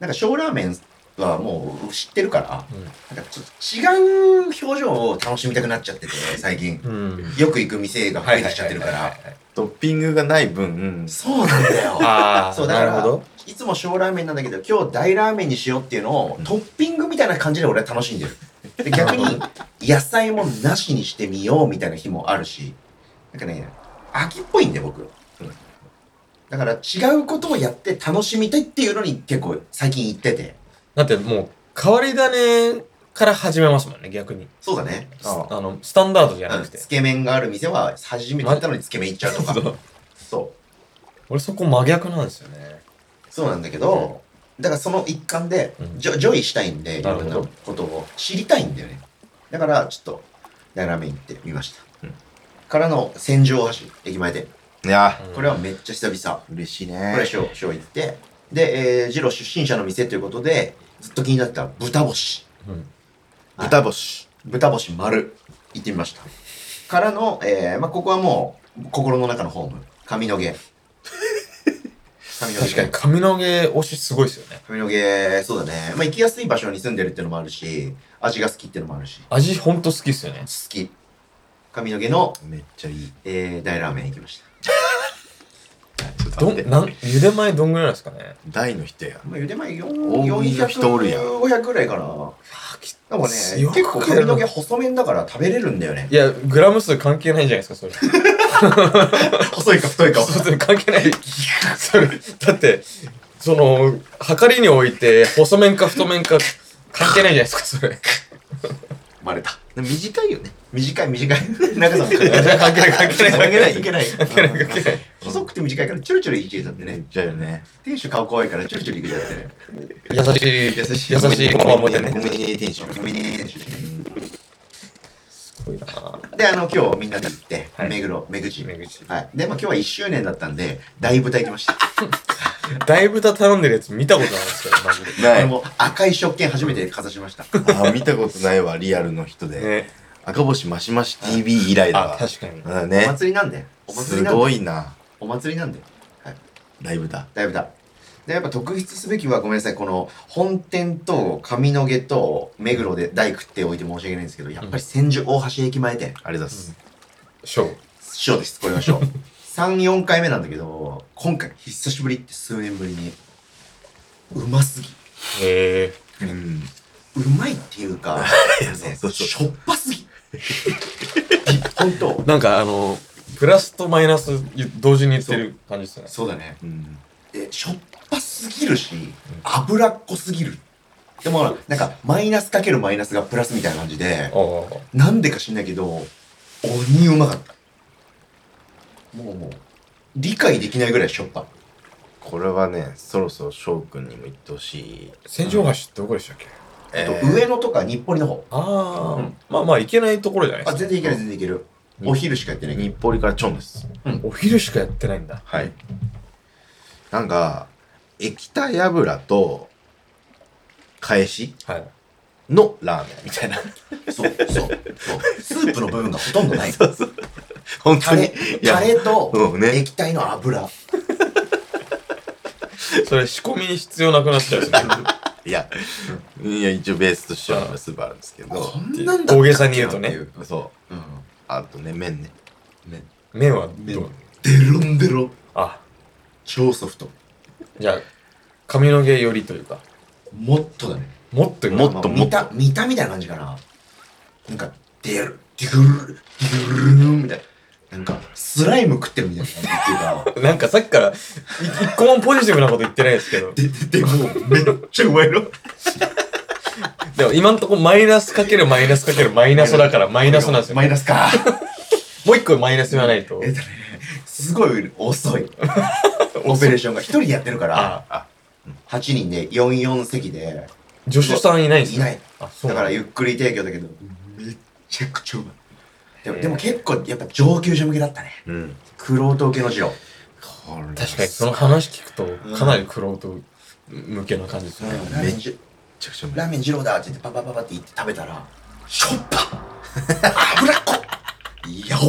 S1: なんか小ラーメンはもう知ってるから
S3: うん
S1: なんかちょっと違う表情を楽しみたくなっちゃってて最近
S3: うん。
S1: よく行く店が増えてきちゃってるか
S3: はいは
S1: ら
S3: いはいはい
S2: トッピングがない分
S1: そうなんだよ
S3: あ
S1: <laughs>
S3: あ、
S1: そうだか
S3: なるほ
S1: ら
S3: ど。
S1: いつも小ラーメンなんだけど今日大ラーメンにしようっていうのを、トッピングみたいな感じで俺は楽しんで
S3: <laughs>
S1: るで逆に野菜もなしにしてみようみたいな日もあるしなんかね秋っぽいんで僕だから違うことをやって楽しみたいっていうのに結構最近行ってて
S3: だってもう、変わり種から始めますもんね、逆に。
S1: そうだね。
S2: あ
S3: あの、スタンダードじゃ
S1: う
S3: なんくて。
S1: つけ麺がある店は、初めて行ったのにつけ麺行っちゃうとか。
S3: <laughs> そう
S1: そう。
S3: 俺そこ真逆なんですよね。
S1: そうなんだけど、だからその一環で
S3: うん
S1: ジョ、ジョイしたいんで、い
S3: なる
S1: ろ
S3: ほ
S1: ん
S3: ど
S1: なことを知りたいんだよね。だから、ちょっと、斜め行ってみました。
S2: うん
S1: からの戦場橋、駅前で。
S2: いや
S3: うん
S1: これはめっちゃ久々。
S2: 嬉しい
S1: これ、
S2: ね
S1: しょしょ行って。で、えー、ジロー出身者の店ということで、ずっと気になってた豚星。
S3: うん。
S2: 豚星
S1: 豚星丸。行ってみました。からの、えー、まあ、ここはもう、心の中のホーム。髪の毛。髪の毛。
S3: 確かに髪の毛推しすごいですよね。
S1: 髪の毛、そうだね。まあ、行きやすい場所に住んでるってのもあるし、味が好きってのもあるし、
S3: 味ほんと好きですよね
S1: 好。き。髪の毛の、
S2: めっちゃいい
S1: えー、大ラーメン行きました。
S2: ちょっと
S3: ど
S2: 待
S3: ん、
S2: って
S3: なん、茹で前どんぐらいなんですかね。
S2: 大の人や
S1: まあ、ゆで前4
S2: 大食いの人おるやん
S1: 500ぐらいかな。でもね、
S3: よく
S1: 結構髪の毛細麺だから食べれるんだよね
S3: い。や、グラム数関係ないじゃないですか、 <laughs> それ。
S1: 細いか太いか
S3: そうそう関係ない。それ、だって、その、測りにおいて、細麺か太麺か関係ないじゃないですか、それ。
S1: 生まれた。
S2: でも短いよね
S1: 短い短い。中さんも関係
S3: いや関係ない関係ない
S1: 関係ない。いけない。
S3: 関係ない関係ない。
S1: 細くて短いからちょろちょろいじれたって
S2: めっ
S1: ね。
S2: ちゃよね
S1: 店主顔可愛いからちょろちょろいじれたってね。
S3: 優しい、
S1: 優しい
S3: 優しい子はもてね。
S2: コンビニ店主
S1: コンビニ店主
S3: すごいなぁ。
S1: で、あの、今日みんなで行って、
S3: はい
S1: 目黒、目口。
S3: めぐち
S1: はい。で、まあ今日は1周年だったんで、大舞台行きました。
S3: 大豚頼んでるやつ見たことないですけど、マジで。
S2: な
S1: 俺
S2: い
S1: も赤い食券初めてかざしました。
S2: あ見たことないわリアルの人で、
S3: ね、
S2: 赤星マシマシ TV 以来だ
S3: あ
S2: わ、
S3: 確かに。
S2: だ
S1: お
S2: ね
S1: 祭りなんで。お祭り
S2: す
S1: なんで。
S2: ごいな
S1: お祭りなんで。
S2: ライブだ
S1: 大舞台。で、やっぱ特筆すべきはごめんなさい、この本店と上野毛と目黒で大食っておいて申し訳ないんですけど、やっぱり千住大橋駅前店。
S2: ありがとうございます、
S3: ショー。
S1: ショーです、これはシ
S2: <laughs>
S1: ョー。3、4回目なんだけど、今回久しぶりって数年ぶりに、うますぎ。
S3: へ
S2: う
S3: え。
S2: ん
S1: うまいっていうか、
S2: <laughs>
S1: ね
S2: そうそう
S1: しょっぱすぎ。 <laughs> 本当
S3: なんかあの、プラスとマイナス同時に言ってる感じですよね。
S1: そうだね。
S2: うん
S1: え、しょっぱすぎるし、脂っこすぎる。でもほら、なんか、マイナスかけるマイナスがプラスみたいな感じで、
S3: おー
S1: なんでか知んないけど、鬼うまかった。もうもう、理解できないぐらいしょっぱ。
S2: これはねそろそろ翔くんにも言ってほしい
S3: 千条橋ってどこでしたっけ
S1: えっ
S2: え
S1: と、
S2: ー
S1: 上野とか日暮里の方。
S3: ああ、
S1: うん
S3: まあまあ行けないところじゃないです
S1: あ、
S3: か。
S1: 全然いける、全然いける。
S3: うん
S1: お昼しかやってないけど。
S2: 日暮里からチョンです
S3: お昼しかやってないんだ。
S2: はいなんか液体油と返し
S3: はい。
S2: のラーメンみたいな
S1: そう、そう、そう。スープの部分がほとんど
S3: <laughs>
S1: ない。
S2: 本
S1: タ
S2: 当に
S1: レ、タレと
S2: うんね
S1: 液体の油。
S3: それ仕込みに必要なくなっちゃうよね。
S2: いやいや一応ベースとしてはスープあるんですけど
S1: こんなんだ
S3: 大げさに言うとね。
S2: そう
S1: うん。
S2: あとね麺ね
S3: 麺はどう
S1: 麺デロンデロ。
S3: あ、
S1: 超ソフト。
S3: じゃあ、髪の毛よりというか、
S1: もっとだね。
S3: もっと
S2: もっと
S1: まあ見た、見たみたいな感じかな。なんか、デル、デュルル、デュルルルンみたいな。なんか、スライム食ってるみたいな感じっていうか。
S3: なんかさっきからい一個もポジティブなこと言ってないですけど、
S1: で、で、でもうめっちゃうまいの。
S3: でも今んとこマイナスかけるマイナスかけるマイナスだからマイナスなんですよ。
S1: マイナスか。
S3: もう一個マイナス言わないと
S1: え。っとね、すごい遅い。オペレーションが一人でやってるから。
S3: あ、
S1: 8人で44席で
S3: 助手さんいないんです
S1: いない
S3: あ、そう
S1: だ
S3: な
S1: か
S3: ん
S1: らゆっくり提供だけどめっちゃくちゃうまいでも
S3: へー
S1: でも結構やっぱ上級者向けだったね
S2: うん
S1: 苦労と受けの城
S2: これ
S3: 確かにその話聞くと、かなり苦労と向けな感じですね。
S1: ラーメンじ
S2: めちゃくちゃうまい
S1: ラーメン二郎だって言ってパパパパって言って食べたらしょっぱ脂っこ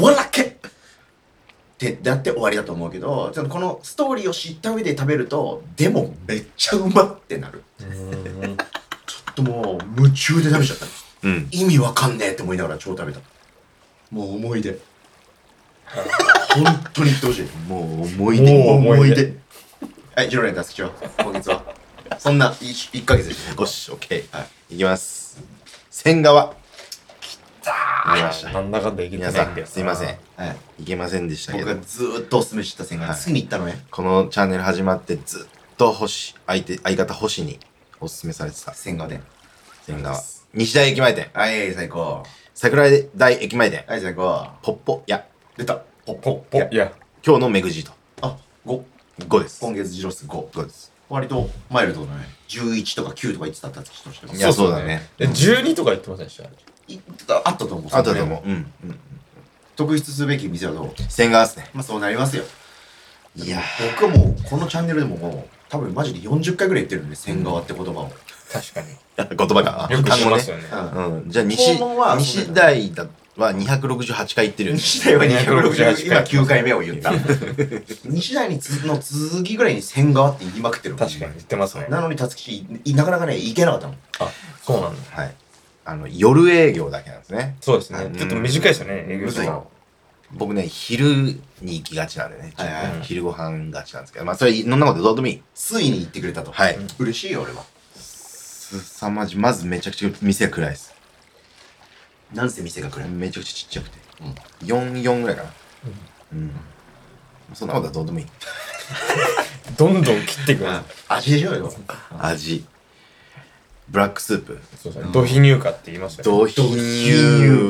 S1: 柔らけってだって終わりだと思うけどちょっとこのストーリーを知った上で食べるとでもめっちゃうまってなる
S3: うん
S1: ちょっともう夢中で食べちゃった
S2: うん
S1: 意味わかんねえって思いながら超食べたもう思い出本当に言ってほしい
S2: もう思い
S3: も
S2: 出
S3: う思い出
S1: はいジョロレンタスキチョ今月はそんな 1, ヶ月でした
S2: よしオッケー、、
S1: はい
S2: きます千川きました
S3: なんだかんだいけて
S2: 皆
S3: ないんだ
S2: さ
S3: よ
S2: ん
S3: な
S2: すいません
S1: はい、
S2: いけませんでしたけ
S1: 僕が
S2: ど
S1: ずーっとおすすめしてた線が、
S2: はい
S1: すぐに行ったのね
S2: このチャンネル始まってずっと星相手相方星におすすめされてた
S1: 千賀で。
S2: 千川西大駅前店
S1: はい、最高。
S2: 桜台駅前店
S1: はい、最高。
S2: ポッポや
S1: 出た。
S3: ポッポッポ。いや、
S2: 今日のメグジート
S1: あ、五。
S2: 5です
S1: 今月ジロス五。
S2: 5です
S1: 割とマイルドだね。11とか9とか言ってた達人としても
S2: い。や
S3: そう
S2: そう
S3: っすね
S2: だね
S3: で12とか言ってませんでした
S1: いあったと思う。
S2: あとでも。うんうんうん
S1: 特筆すべき店はどう
S2: 千川
S1: <laughs>
S2: ですね
S1: まあそうなりますよ。
S2: いや
S1: 僕はもう、このチャンネルでももう、多分マジで40回ぐらい言ってるんで、千川って言葉を。
S3: 確かに。
S2: 言葉が
S3: よく
S2: 単
S3: 知
S2: 語
S3: りま
S2: ね
S3: すよね。
S1: うん
S2: うんじゃあ
S1: 肛
S2: 西
S1: 門は
S2: 西大だは268回行ってるよね
S1: 西大は268
S3: 268
S1: 今9回目を言った <laughs> 西大につの続きぐらいに千川って言いまくってる
S3: 確かに言ってますね。
S1: なのに辰吉いなかなかね行けなかったの
S3: そうなんだ。
S2: はいあの夜営業だけなんですね
S3: そうです
S1: う
S3: ね
S1: ん。
S3: ちょっと短いですよね、営業時
S1: むずい
S3: 間。
S2: 僕ね昼に行きがちなんでねちょっと
S1: はいはい
S3: はい
S2: 昼ご飯がちなんですけどまあそれいろんなことどうでもいい
S1: ついに行ってくれたと
S2: はい
S3: うん
S1: 嬉しいよ俺は
S2: すさまじまずめちゃくちゃ店が暗いです
S1: なんせ店が暗い
S2: めちゃくちゃちっちゃくて、
S1: うん
S2: 44ぐらいかなうん、そんなことはどうでもいい
S3: どんどん切っていくんです
S1: 味でしょうよ
S2: 味ブラックスープ
S3: そうですね。ド皮乳化って言いますよね。
S2: 同皮乳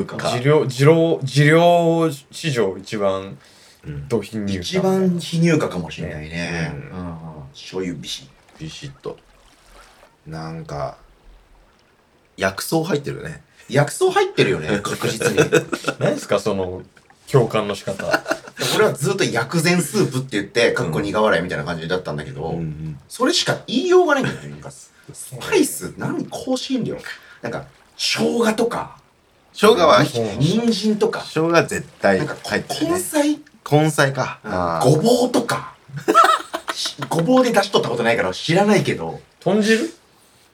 S2: 化
S3: 治療、治療、治療史上一番
S2: うん
S3: ド皮乳化。
S1: 一番非乳化かもしれないね
S2: うん
S1: うんうん醤油ビシ
S2: ビシッとなんか薬草入ってるね
S1: 薬草入ってるよね確実に
S3: 何ですか、その、共感の仕方。
S1: 俺はずっと薬膳スープって言ってかっこ苦笑いみたいな感じだったんだけど、
S2: ん
S1: それしか言いようがないんだよねなんかスパイス何香辛料なんか生姜とか
S2: 生姜は
S3: そうなんだ
S1: 人参とか
S2: 生姜は絶対
S1: なんか
S2: 入ってるね
S1: 根菜
S2: 根菜かあー
S1: ごぼうとか <laughs> しごぼうで出しとったことないから知らないけど
S3: 豚汁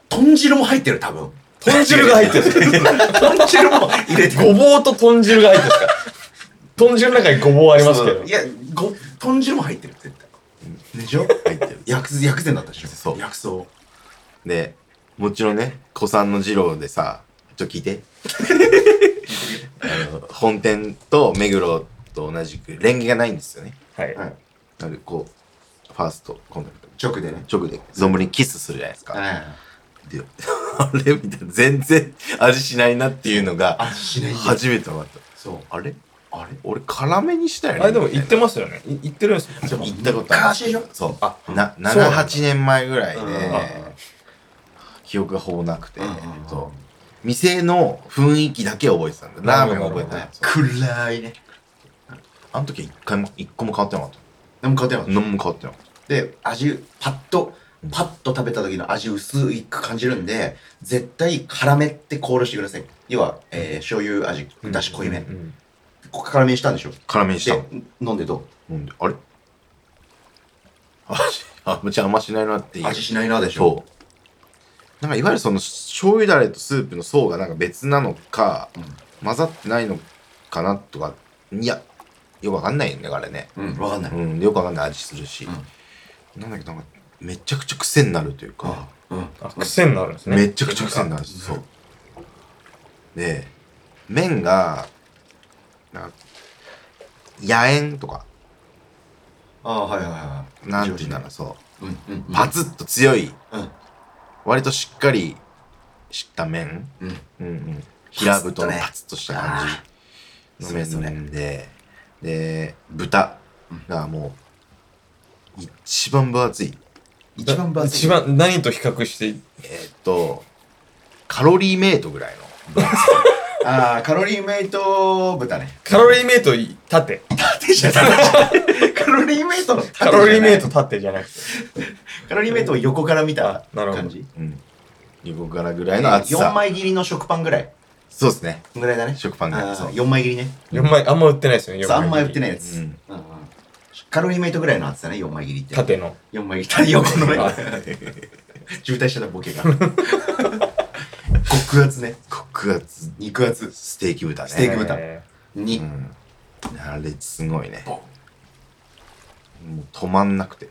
S1: 豚汁も入ってる多分
S3: 豚汁が入ってる。
S1: 豚汁も入れてる
S3: ごぼうと豚汁が入ってるんですか豚汁の中にごぼうありますけど
S1: い。やご豚汁も入ってる絶対でしょ
S2: 入ってる
S1: 薬薬膳だったでしょ
S2: そう
S1: 薬草
S2: でもちろんね古参の二郎でさちょっと聞い
S1: <laughs>
S2: てあの本店と目黒と同じくレンゲがないんですよね
S3: はい。
S1: はい
S2: なのでこうファーストコンタクト
S1: 直でね
S2: 直で存分にキスするじゃないですか、
S1: あ
S2: であれみたいな全然味しないなっていうのが
S1: 味しないんだよ
S2: 初めて分かっ
S1: そう
S2: たあれ
S1: あれ
S2: 俺辛めにしたよね
S3: あれでも
S2: みたい
S3: 言
S2: な
S3: ってますよね。い言ってるんですよ。
S2: でも行ったことある
S1: 昔でしょ
S2: そう
S3: あ
S2: な
S3: そうなんだ
S2: 78年前ぐらいで
S1: うん
S2: 記憶がほぼなくて
S1: うんうんうん
S2: そう店の雰囲気だけ覚えてたんだラーメンは覚えてないそう
S1: 暗いね
S2: あの時一回も一個も変わってなかっ
S1: 何も買ってなかった
S2: た何も変わってなかっ
S1: で味パッとパッと食べた時の味薄いく感じるんで絶対辛めって考慮してください要は、えー、醤油味だし濃いめ、
S3: うん
S1: こ辛めにしたんでしょ
S2: た辛めにした
S1: で飲んでど
S2: 飲んであれ <laughs> 味あむちゃんあんましないなっていう
S1: う味しないなでしょ
S2: そうなんかいわゆるその醤油だれとスープの層がなんか別なのか、
S1: うん
S2: 混ざってないのかなとかいやよくわかんないよねあれね
S1: うんわかんない、
S2: うん、よくわかんない味するし、なんだけどなんかめちゃくちゃ癖になるというか、
S1: うん
S3: あ、癖になるんですね。
S2: めちゃくちゃ癖になるんですそうで麺がなんか野縁とか
S1: ああはいはいは
S2: なんていうんだろうそ
S1: いうんうん
S2: うパツッと強い、
S1: うん
S2: 割としっかりした麺、
S1: うん
S2: うんうん、平
S1: パツ
S2: 太の
S1: ッとね
S2: パツッとした感
S1: あ
S2: じ
S1: それそ
S2: の
S1: れ
S2: 麺でで豚がもう一番分厚い
S1: 一番バズ
S3: 一番、何と比較して、
S2: えーっと、カロリーメイトぐらいの。
S1: ああカロリーメイト豚
S3: <laughs>
S1: ね
S3: カロリーメイト縦。
S1: 縦じゃないカロリーメイトの縦じ
S3: カ
S1: ゃない
S3: ロリーメイト縦じゃなくて。
S1: カロリーメイトを横から見た
S3: あなるほど
S1: 感じ
S2: うん。横からぐらいの厚
S1: 4
S2: さ。
S1: 枚切りの食パンぐらい
S2: そうですね。
S1: こんぐらいだね
S2: 食パンぐらい。
S1: あ
S2: そ
S1: あ
S2: う。
S1: 4枚切りね
S3: 4枚、あんま売ってないですよね。
S1: そうあんま売って
S3: い。
S1: ないやつ、
S2: うん
S1: うんうんカロリーメイトぐらいの厚さね4枚切りって
S3: 縦の。
S1: 4枚切り横のね
S3: あ
S1: <laughs> 渋滞しちゃったボケが <laughs> 極厚ね
S2: 極厚
S1: 肉厚
S2: ステーキ豚ね。
S1: ステーキ豚
S3: え
S1: に、
S2: うん。あれすごいね。もう止まんなくて。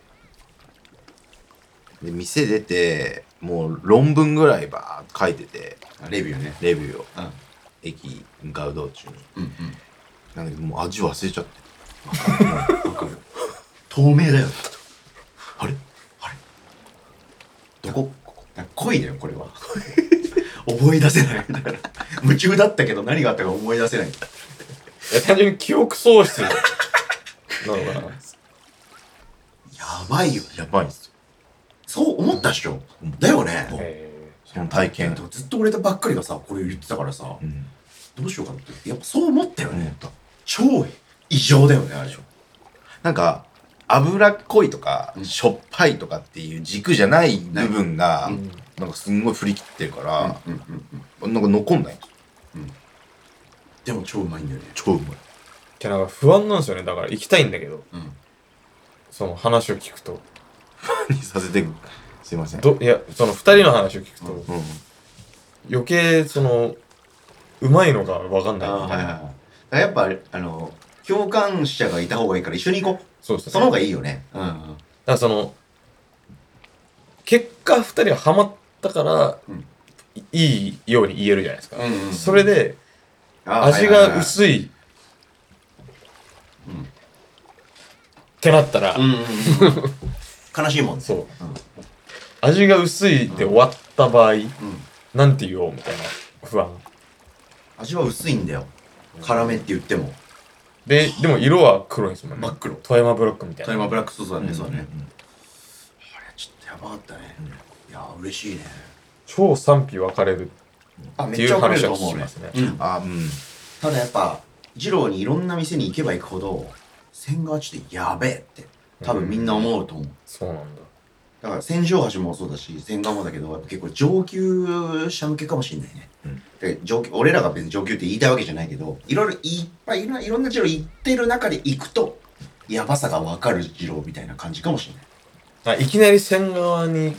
S2: で、店出て、もう論文ぐらいばーっと書いてて、
S1: レビューね
S2: レビューを
S1: うん
S2: 駅向かう道中に。
S1: うん
S2: なんだけど、もう味忘れちゃって。
S1: うんわかる透明だよ
S2: あれあれどこここ
S1: なんか恋だよこれは <laughs> 思い出せない夢中だったけど何があったか思い出せない
S3: いや単純に記憶喪失なのかな
S1: やばいよ
S2: やばいですよ。
S1: そう思ったっしょ、
S2: うん
S1: だよね、
S3: へ
S2: その体験。
S1: ずっと俺ばっかりがさこれ言ってたからさ、
S2: うん。
S1: どうしようかってやっぱそう思ったよね、
S2: 思った。
S1: 超異常だよねあれ
S2: なんか、脂っこいとか
S1: う、ん
S2: しょっぱいとかっていう軸じゃない部分が
S1: う
S3: ー、
S1: ん、
S2: なんかすんごい振り切ってるから、
S1: うんうんうんうん
S2: なんか残んないんですよ。
S1: でも超うまいんだよね
S2: 超うまい。
S3: てなんか不安なんですよねだから行きたいんだけど
S1: うん
S3: その話を聞くと
S2: にさせてくすいません。
S3: どいやその2人の話を聞くと、
S1: うん
S2: うん。
S3: 余計そのうまいのが分かんない
S1: あー
S3: み
S1: はい
S3: た
S1: はいい
S3: な
S1: はいやっぱあの共感者がいた方がいいから一緒に行こ
S3: そうで
S1: う
S3: すね
S1: その方がいいよねうん、うん、
S3: だからその結果2人はハマったから、
S1: うん
S3: いいいように言えるじゃないですか、
S1: うんうん
S3: それで
S1: あー
S3: 味
S1: はいはい
S3: が
S1: はい
S3: 薄い
S1: うん
S3: ってなったら、
S1: うんうんうんうん悲しいもんね
S3: そう、
S1: ん
S3: 味が薄いで終わった場合、
S1: うん
S3: なんて言おうみたいな不安
S1: 味は薄いんだよ辛めって言っても
S3: ででも色は黒いですもんね
S1: 真っ黒
S3: 富山ブロックみたい
S1: そ
S3: な
S1: れもブラックソースだね、そうだね
S2: ん。
S1: あれちょっとやばかったね、いやー嬉しいね
S3: 超賛否分かれる
S1: あめ
S3: っ
S1: って
S3: いう
S1: ちゃ怒れる
S3: 話
S1: と
S3: は
S1: 思
S3: 聞
S1: う
S3: き
S1: ね
S3: ますね
S1: うん
S2: あ、うん。
S1: ただやっぱ二郎にいろんな店に行けば行くほど千川ちょっとやべえって多分みんな思うと思う、
S3: そうなんだ
S1: だから千条橋もそうだし千川もだけどやっぱ結構上級者向けかもしれないね、
S2: うん
S1: で上級俺らが別に上級って言いたいわけじゃないけどいろいろいっぱいいろんないろんな二郎行ってる中で行くとやばさが分かる二郎みたいな感じかもしれない
S3: あいきなり線側に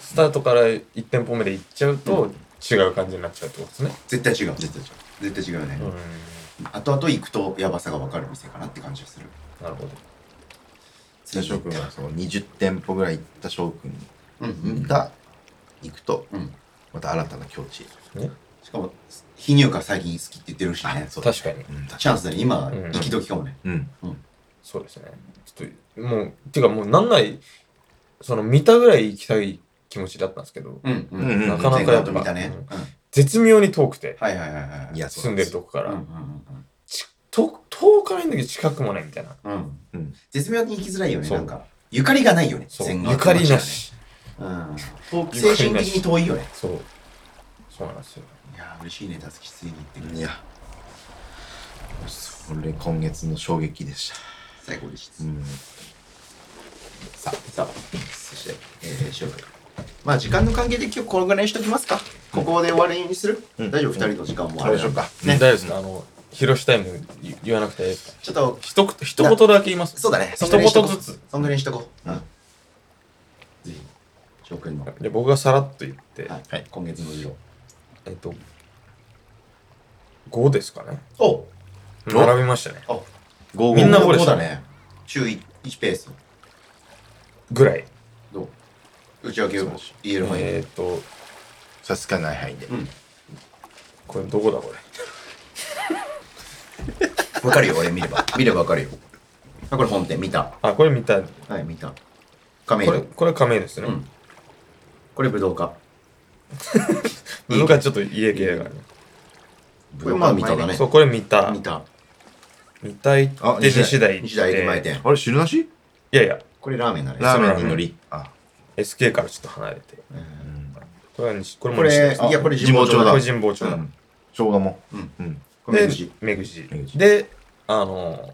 S3: スタートから1店舗目で行っちゃうと違う感じになっちゃうってことですね。
S1: 絶対違う
S2: 絶対違
S1: 絶対違うね、
S3: うん。
S1: 後々行くとやばさが分かる店かなって感じがする
S3: なるほど。
S2: う。翔くんはその20店舗ぐらい行った翔くん
S1: うんうん
S2: が行くと、
S1: うん
S2: また新たな境地。
S1: しかも非入荷最近好きって言ってるしね
S2: そうだ
S3: 確かに。
S2: うん、確か
S1: チャンスだね今
S3: うん
S1: 行き時かもね、
S2: に。うん。
S3: そうですね。ちょっと、もう、てかもうなんない、その見たぐらい行きたい気持ちだったんですけど、
S1: うんうん
S2: うんうん
S3: なかなかやっぱ
S1: 見たね、
S3: うん
S1: うん
S3: 絶妙に遠くて、
S1: はいはいはいはい
S2: いや、そ
S3: 住
S2: うんな
S3: で
S2: す
S3: るとこか
S1: うんう
S3: ら。
S1: ん
S3: ち遠遠くないんだけど近くもないみたいな。
S1: うんうん
S2: うん
S1: 絶妙に行きづらいよね
S3: そう
S1: なんかゆかりがないよね
S3: そう。
S1: 線
S3: ゆ
S1: が
S3: かりなし。
S1: うん遠く精神的に遠いよね
S3: そう。そうなんですよ。
S1: いやー嬉しいねたつきついに行ってくれ
S2: い
S1: て
S2: や、それ今月の衝撃でし
S1: 最高でした
S2: た。うん。
S1: さあさあそしてえー、しょうくんまあ時間の関係で今日このぐらいにしときますかここで終わりにする、
S2: うん
S1: 大丈夫二人の時間もあ
S2: 食
S1: れ
S2: べしょうか。
S3: 大丈夫ですかあの、広しタイム言言わなくていいですか
S1: ちょっと
S3: 一言一言だけ言います。
S1: そうだね。
S3: 一言ずつ。
S1: そんぐらいにしとこう。
S2: う
S1: うんん。ぜひ、翔くんの、は
S3: で僕がさらっと言って、
S1: い、今月の授業。
S3: えっと5ですかね
S1: お
S2: お
S3: 並びましたね
S2: ゴ
S3: みんなこれ
S1: そうだね。週1ペース。
S3: ぐらい
S1: どう内訳を言える範囲
S3: え
S1: で。
S3: ーっと
S2: さすがない範囲で。
S1: うん。
S3: これどこだこ
S1: わかるよ、俺見れ <laughs> ば。見ればわかるよ。あ、これ本店、見た。
S3: れあこれ見たこ
S1: はい、見た。亀
S3: れ
S1: 戸。
S3: これ亀井ですね、
S1: うん。これ武道家。
S3: 僕がちょっと家系だからね
S1: これまあ見ただね。
S3: そうこれ見た
S1: 見た。
S3: 見たい
S2: あ
S3: って西大行って
S1: 西大駅前店。
S2: あれ、汁なし
S3: いやいや
S1: これラーメンだね。
S2: ラーメン
S3: そう
S2: に海苔。あ、
S3: SK からちょっと離れて
S1: うん
S3: これは西これ
S1: こ
S3: も西
S1: れ、
S3: です
S1: いや、これ
S2: 地元
S1: 地元
S2: だ
S3: こ
S1: だ
S3: れ。神保町だ、
S2: うん。生姜も。
S1: うん。
S2: うん。
S1: これ
S3: で
S1: 明治
S3: 目口
S2: 目口
S3: であの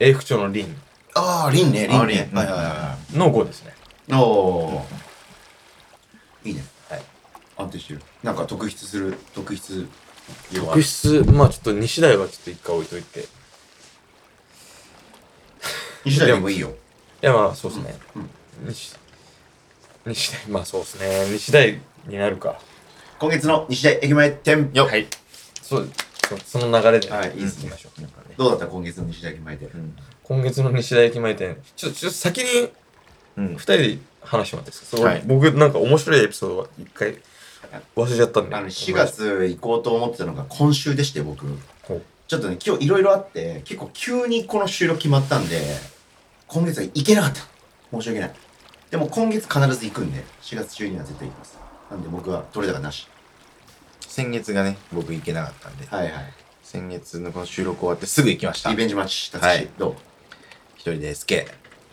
S3: 永福町の林
S1: ああ、リンね、リン
S2: あ
S1: ね。
S2: 凛
S1: はいはいは
S3: の5ですね
S1: い。おお。いいね。
S3: はい。
S1: 安定してる。なんか特筆する、特筆。
S3: 特筆まあちょっと西大はちょっと一回置いといてい
S1: 西田でもいいよ。
S3: やまあそうですね、
S1: うん
S3: 西西大 <laughs> まあそうですね西大になるか
S1: 今月の西田駅前店。
S2: よっ
S3: はいそうそその流れで、
S1: はいいいです
S3: 行き
S1: ね
S3: ましょう
S2: なんかね。
S1: どうだった今月の西田駅前店
S2: う。ん。
S3: 今月の西大駅前店ちょちょっと先に
S2: うん
S3: 2。人で話してもらっていいですか、そう
S2: はい
S3: 僕なんか面白いエピソードは一回忘れちゃったんで
S1: あの、4月行こうと思ってたのが今週でして、僕。
S3: ほう
S1: ちょっとね、今日いろいろあって、結構急にこの収録決まったんで、今月は行けなかった。申し訳ない。でも今月必ず行くんで、4月中には絶対行きます。なんで僕は取れ高なし。
S2: 先月がね、僕行けなかったんで、
S1: はいはい。
S2: 先月のこの収録終わってすぐ行きました。
S1: リ
S2: 一
S1: ベンジマッチ、達
S2: は
S1: し
S2: い
S1: どう
S2: 人で SK、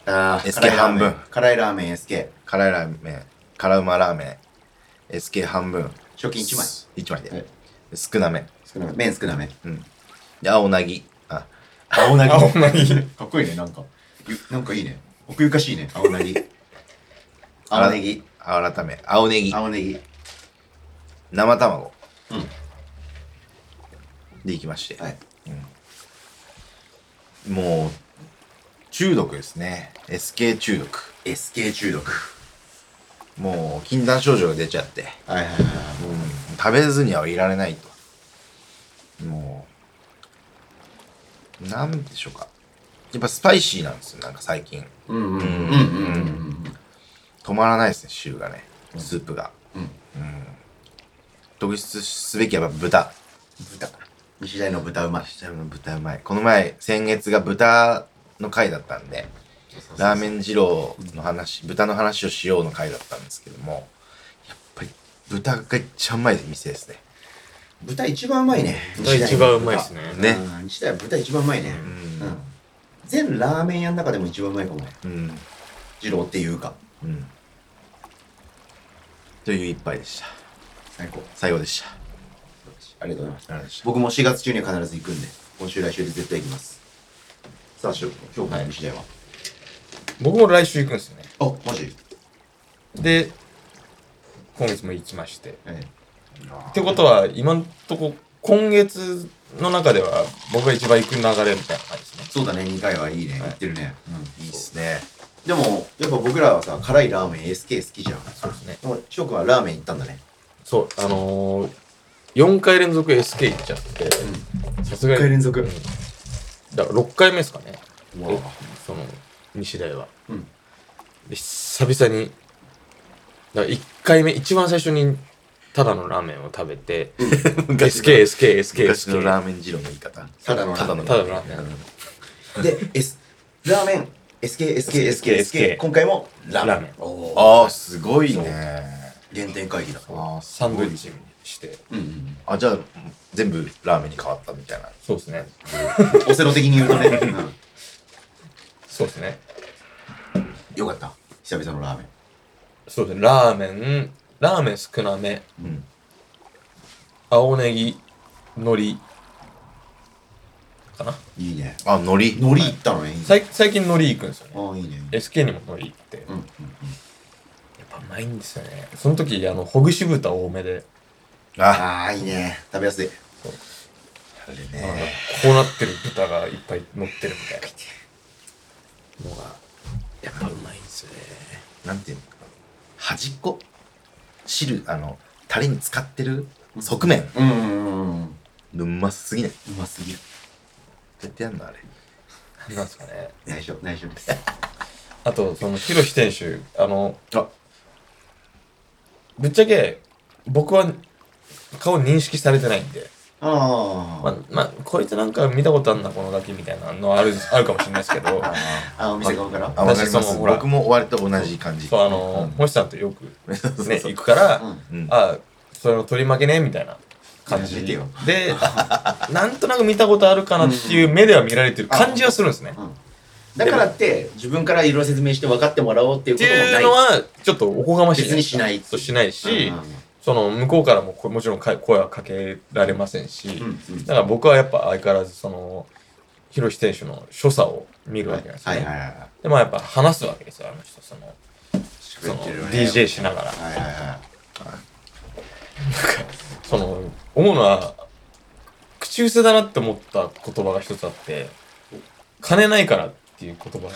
S1: あー
S2: SK
S1: 辛いラーメン
S2: 半分
S1: 辛いラーメン SK。
S2: 辛いラーメン、辛うまラーメン、SK 半分。
S1: 賞金1枚。
S2: 1枚で。
S1: はい
S2: 少なめ。
S1: 少なめ。麺少な
S3: <laughs>
S1: め。
S2: うん。で、青なぎ。あ、
S1: 青なぎ。
S3: 青なぎ
S1: かっこいいね、なんか。ゆなんかいいね。奥ゆかしいね、青な
S3: <laughs>
S1: ぎ。青ネギ。
S2: <laughs> 改め、青ネギ、
S1: 青ネギ。
S2: 生卵。
S1: うん
S2: で、いきまして。
S1: はい。
S2: もう、中毒ですね。SK 中毒。
S1: SK 中毒。
S2: もう、禁断症状が出ちゃって。
S1: はいはいはいはい。
S2: うん。食べずにはいられないと。もう、なんでしょうか。やっぱスパイシーなんですよ、なんか最近。
S1: うんうんうんうんうん
S2: 止まらないですね、汁がね。スープが。
S1: うんうん。
S2: 特筆すべきはやっぱ豚。
S1: 豚。西大の豚うまい。
S2: ちなみに豚うまい。この前、先月が豚の回だったんで、ラーメ
S1: ン。
S2: ン二郎の話、豚の話をしようの回だったんですけども、やっぱり豚が一番うまい店ですね。
S1: 豚一番うまいね。
S3: 豚一番うまいっすね
S1: ね
S2: ね。
S1: 西大は豚一番うまいね。
S2: ん
S1: うん全ラーメン屋の中でも一番うまいかもね。
S2: うん。
S1: 二郎っていうか。
S2: うん。という一杯でした。
S1: 最高。
S2: 最後でした。
S1: ありがとうございます。
S2: ありがとうございました
S1: 僕も4月中には必ず行くんで、今週来週で絶対行きます。さあ、しょ今日の西大は。
S3: 僕も来週行くんですよね。
S1: あ、マジ
S3: で、今月も行きまして。
S1: え
S3: ってことは、今んとこ、今月の中では、僕が一番行く流れみたいな感じですね
S1: え。そうだね、2回はいいね。行ってるね。うん、いい
S2: いい
S1: っ。
S2: ですすね。
S1: でも、やっぱ僕らはさ、辛いラーメン SK 好きじゃん。
S3: そうですね。
S1: でも、翔くんはラーメン行ったんだね。
S3: そう、あのー、4回連続 SK 行っちゃって、さすが
S1: 6
S3: に。
S1: 回連続
S3: うんだから6回目ですかね。
S1: う
S3: えその、西大は。
S1: うん。
S3: で久々に、だ1回目、一番最初に、ただのラーメンを食べて、SK、SK、SK、
S2: 昔の
S3: SK。
S2: ラーメン二郎の言い方。
S1: ただのラーメン
S3: ただのラーメン
S1: で、S、ラーメン SK、SK、SK、SK。今回もラー
S3: ラー
S1: メ
S3: メ
S1: ン
S3: ン。
S1: おー
S2: ああ、すごいね。
S1: 原点回帰だ。
S2: ああ、
S3: サンドイッチにして。
S1: うんうん。
S2: あ、じゃあ、全部ラーメンに変わったみたいな。
S3: そうですね。
S1: オセロ的に言うとね。 <laughs> うん
S3: そうですね。
S1: よかった。久々のラーメン。
S3: そうですね。ラーメン、ラーメン少なめ、
S2: うん。
S3: 青ネギ、海苔、かな。
S1: いいね。
S2: あ、海苔。
S1: 海苔行ったのね。いいね
S3: 最最近海苔行くんですよね。
S1: ああ、いいね。
S3: SK にも海苔行って。
S1: うんうん
S3: やっぱうまいんですよね。その時、あの、ほぐし豚多めで、
S2: あ、
S1: ああ、いいね。食べやすい。
S2: あれ
S3: あの
S2: ね。
S3: こうなってる豚がいっぱい乗ってるみたいなのが、やっぱうまいんですよね。
S2: なんていうのかな。端っこ。汁、あの、タレに使ってる側面。
S1: うんうんうん。う
S2: うますすぎない。
S1: ますぎる。
S2: 絶対やんのあれ。
S3: なんですかね。
S1: 内緒、内緒です。
S3: あと、その、ひろし店主、あの、
S2: あ
S3: ぶっちゃけ、僕は顔認識されてないんで、
S1: あ
S3: まあ
S1: あ。、
S3: まあ、こいつなんか見たことあんな、このガキみたいなのある、あるかもしれないですけど、
S1: あ、お店側から
S2: あ、わかります。
S3: 私そのほら
S2: 僕も割と同じ感じ。
S3: そう、あの、
S2: うん
S3: 星さんとよく、
S2: そう
S3: ね、
S2: そう
S3: 行くから、
S1: うん
S2: うん
S3: あそれの取り負けねみたいな感
S1: いや
S3: じ
S1: 見てよ
S3: で、なんとなく見たことあるかなっていう目では見られてる感じはするんですね。っ
S1: うんだからって、自分からいろいろ説明して分かってもらおうっていうこ
S3: て
S1: ともない。
S3: いうのは、ちょっとおこがましいじゃで
S1: 別にし
S3: すか。
S1: ない
S3: そうしないし
S1: うんうん、
S3: その、向こうからもこもちろんか声はかけられませんし、
S1: うんうん
S3: だから僕はやっぱ相変わらず、その、ひろし選手の所作を見るわけなんですよ
S1: は
S3: ね。
S1: いはいは
S3: で、まあやっぱ話すわけですよ、あの人。その、
S1: い。
S3: その
S1: 喋ってるよね
S3: DJ しながら。
S1: はいはいは
S3: その、思うのは、口癖だなって思った言葉が一つあって、金ないからっていう言葉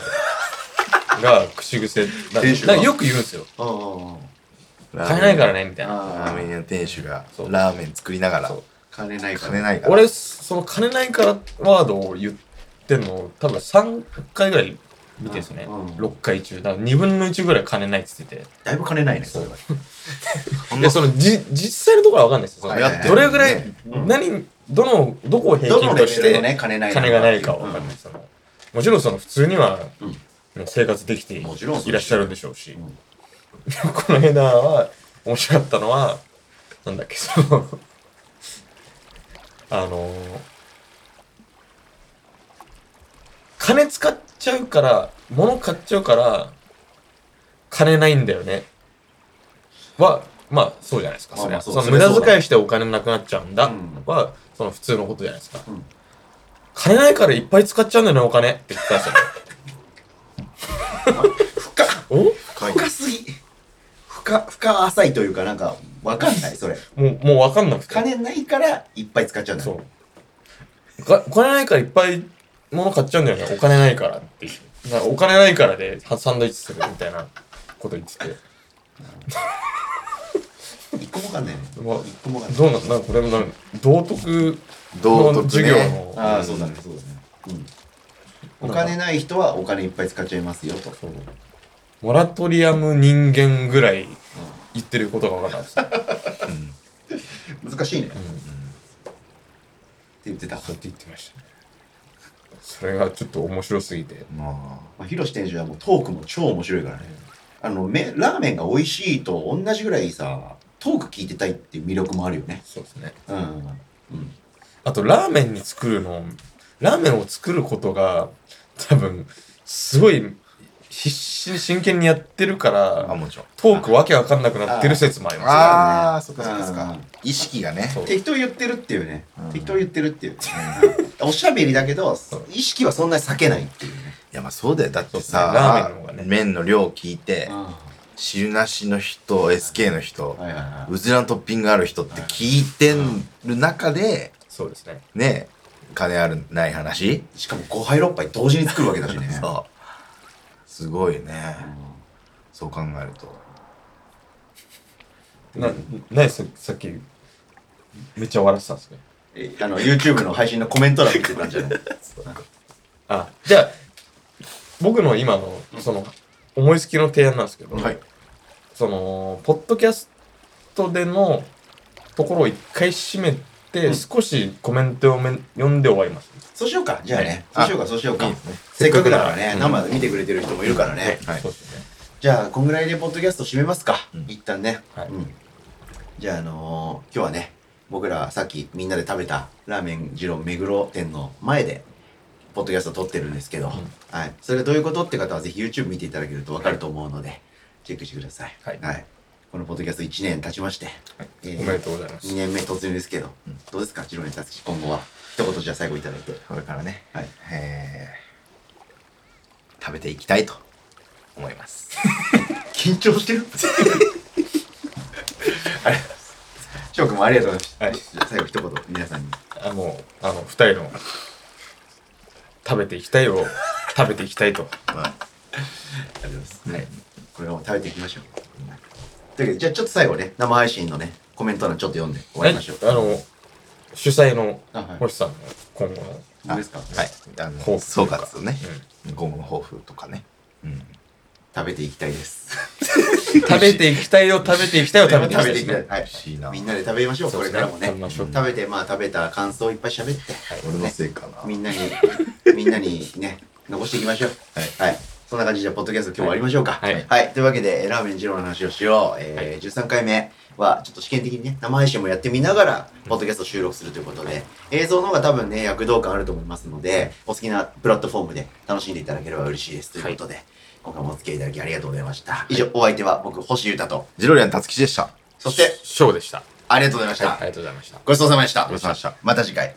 S3: がが口癖だ
S1: 店主
S3: な
S1: が
S3: んかよく言うんですよ。
S1: い。あ
S2: ラーメン
S3: 金ないからね、みたいな。
S1: あ。
S2: ラーメン屋の店主が
S3: そう
S2: ラーメン作りながら
S3: そう
S1: 金ないから。
S2: 金ないから
S3: 俺、その金ないからワードを言ってんの、多分3回ぐらい見てるんですよね。
S1: うんうん
S3: 6回中。だから2分の1ぐらい金ないって言ってて。
S1: だいぶ金ないね、それは。
S2: そん
S3: で、
S2: な
S3: その、じ、実際のところはわかんないですよ。その
S1: はいはいはい
S3: どれぐらい、
S1: うん
S3: 何、どの、どこを平
S1: どの
S3: 均
S1: レ
S3: と
S1: ベ
S3: し
S1: ルの
S3: て、
S1: ね、金ない
S3: 金がないかわかんない、そのもちろんその普通には、
S1: うん
S3: ね生活できてい
S1: もちろんそうです
S3: いらっしゃるでしょうし、
S1: うん
S3: この枝は面白かったのは、なんだっけ、その、あのー、金使っちゃうから、物買っちゃうから、金ないんだよね。は、まあ、そうじゃないですか。
S1: まあ
S3: それ
S1: まあそ
S3: はそうの
S1: そ
S3: 無
S1: れはそうだ
S3: 駄遣いしてお金なくなっちゃうんだ
S1: うん。
S3: は、その普通のことじゃないですか
S1: うん。
S3: 金ないからいっぱい使っちゃうんだよね、お金って言ってたんですよね。
S1: 深っ
S3: お
S2: 深い
S1: 深すぎ深、深浅いというか、なんか、わかんない、それ。
S3: もう、もうわかんなくて。
S1: 金ないから、いっぱい使っちゃうんだ
S3: そう。おかお金ないからいっぱい物買っちゃうんだよね。お金ないからっていう。なんかお金ないからではサンドイッチするみたいなこと言ってて。
S1: 一個もわかんないね。
S3: うわ
S1: 一個もわかんない。
S3: どうなんなんかこれもなんか道徳
S2: 道徳ね
S3: の授業の。
S1: ああ、そうだね、そうだね。うん。お金ない人はお金いっぱい使っちゃいますよと。
S3: そうモラトリアム人間ぐらい言ってることが分かったんですよ。
S2: うん
S1: 難しいね。って
S3: うん
S1: 言ってた。
S3: そうやって言ってましたね。それがちょっと面白すぎて。
S2: ま
S1: まあ、広志店主はもうトークも超面白いからね。あの、めラーメンが美味しいと同じぐらいさ、トーク聞いてたいっていう魅力もあるよね。
S3: そうですね。
S1: うん。うん。
S3: あとラーメンに作るのラーメンを作ることが多分すごい必死に真剣にやってるか
S2: あ、あ
S3: ら
S2: もちろん。
S3: トークわけわかんなくなってる説もあります
S2: あ
S1: あ
S2: あ、そっかそっかそっ
S1: う
S2: か
S1: ん。
S2: 意識がね。
S3: そう
S1: 適当言ってるっていうね
S2: うん。
S1: 適当言ってるっていう。おしゃべりだけど、意識はそんなに避けないっていうね。
S2: いや、まあそうだよ。だって
S3: ラー
S2: さ
S3: メンの方が、ね
S2: 麺の量聞いて、
S1: は
S2: 汁なしの人、SK の人
S1: い、はいは
S2: うずらのトッピングある人って聞いてる中で、
S3: そうですね
S2: ね、金ある、ない話
S1: い。しかも5杯6杯同時に作るわけだしね。
S2: そう。すごいね。
S1: うん
S2: そう考えると。
S3: な何ささっきめっちゃ笑ってたんですね
S1: えあの、YouTube の配信のコメント欄見てたんじゃない
S3: あじゃあ僕の今のその思いつきの提案なんですけど、
S1: はい
S3: そのポッドキャストでのところを一回締めて、
S1: うん
S3: 少しコメントをめ読んで終わります
S1: そうしようか。じゃあね。そ
S2: あ
S1: うしようか、そうしようか
S2: いいですね。
S1: せっかくだからね
S3: う、ん
S1: 生で見てくれてる人もいるからね。
S2: はい
S3: そうですね
S1: じゃあ、こんぐらいでポッドキャスト締めますか
S2: うん。
S1: 一旦ね。
S3: はい
S1: うんじゃあ、あのー今日はね、僕らさっきみんなで食べたラーメン二郎目黒店の前で、ポッドキャスト撮ってるんですけど、
S3: ん
S1: はい。それがどういうことって方はぜひ YouTube 見ていただけるとわかると思うので、チェックしてください。
S3: はい
S1: このポッドキャスト1年経ちまして、えー
S3: おめでとうございます
S1: 2。年目突入ですけど、どうですか二郎にたつき今後は。一言じゃあ最後いただいて。
S2: これからね、
S1: はい
S2: えー食べていきたいと思います。
S1: <laughs> 緊張してる <laughs> あれ翔くんもありがとうございました、
S3: はい
S1: じゃあ最後一言皆さんに
S3: あもう、あの、二人の、食べていきた
S1: <laughs>
S3: いを、食べていきたいと。
S1: ありがとうございます、はい、これを食べていきましょうというわけでじゃあちょっと最後ね生配信のねコメント欄ちょっと読んで終わりましょう
S3: あの、主催の
S1: あはい
S3: 星さんの今後の、
S1: <laughs> どうですか、
S2: はい、あの
S3: 抱負
S2: 総括ね、今後の抱負とかね、うん、
S1: 食べていきたいです
S3: 食べていきたいを食べていきたいを食べていきた
S1: 食べて
S3: いで
S1: い
S3: す
S1: きたい
S3: ね。
S1: は
S2: 不思議ない
S1: みんなで食べましょう
S3: そう
S1: こ
S3: で
S1: れ
S3: す
S1: からも
S3: ね
S1: ね
S3: 食べましょう
S1: 食べてまあ食べた感想をいっぱい喋って
S2: 俺のせいかな。
S1: みん <laughs> なにみんなにね残していきましょうはい、そんな感じでじゃあポッドキャスト今日終わりましょうか
S3: はいはい
S1: というわけでえーラーメン二郎の話をしよう、えー13回目はちょっと試験的にね生配信もやってみながらポッドキャスト収録するということで、映像の方が多分ね躍動感あると思いますのでお好きなプラットフォームで楽しんでいただければ嬉しいですということで、今回もお付き合いいただきありがとうございました以上、お相手は僕星優太と
S2: ジロリアン辰吉でした。
S1: そして
S3: ショーでした。
S1: ありがとうございました、
S3: ありがとうございました。
S1: ごちそうさまでした
S2: ごちそうさまでした
S1: また次回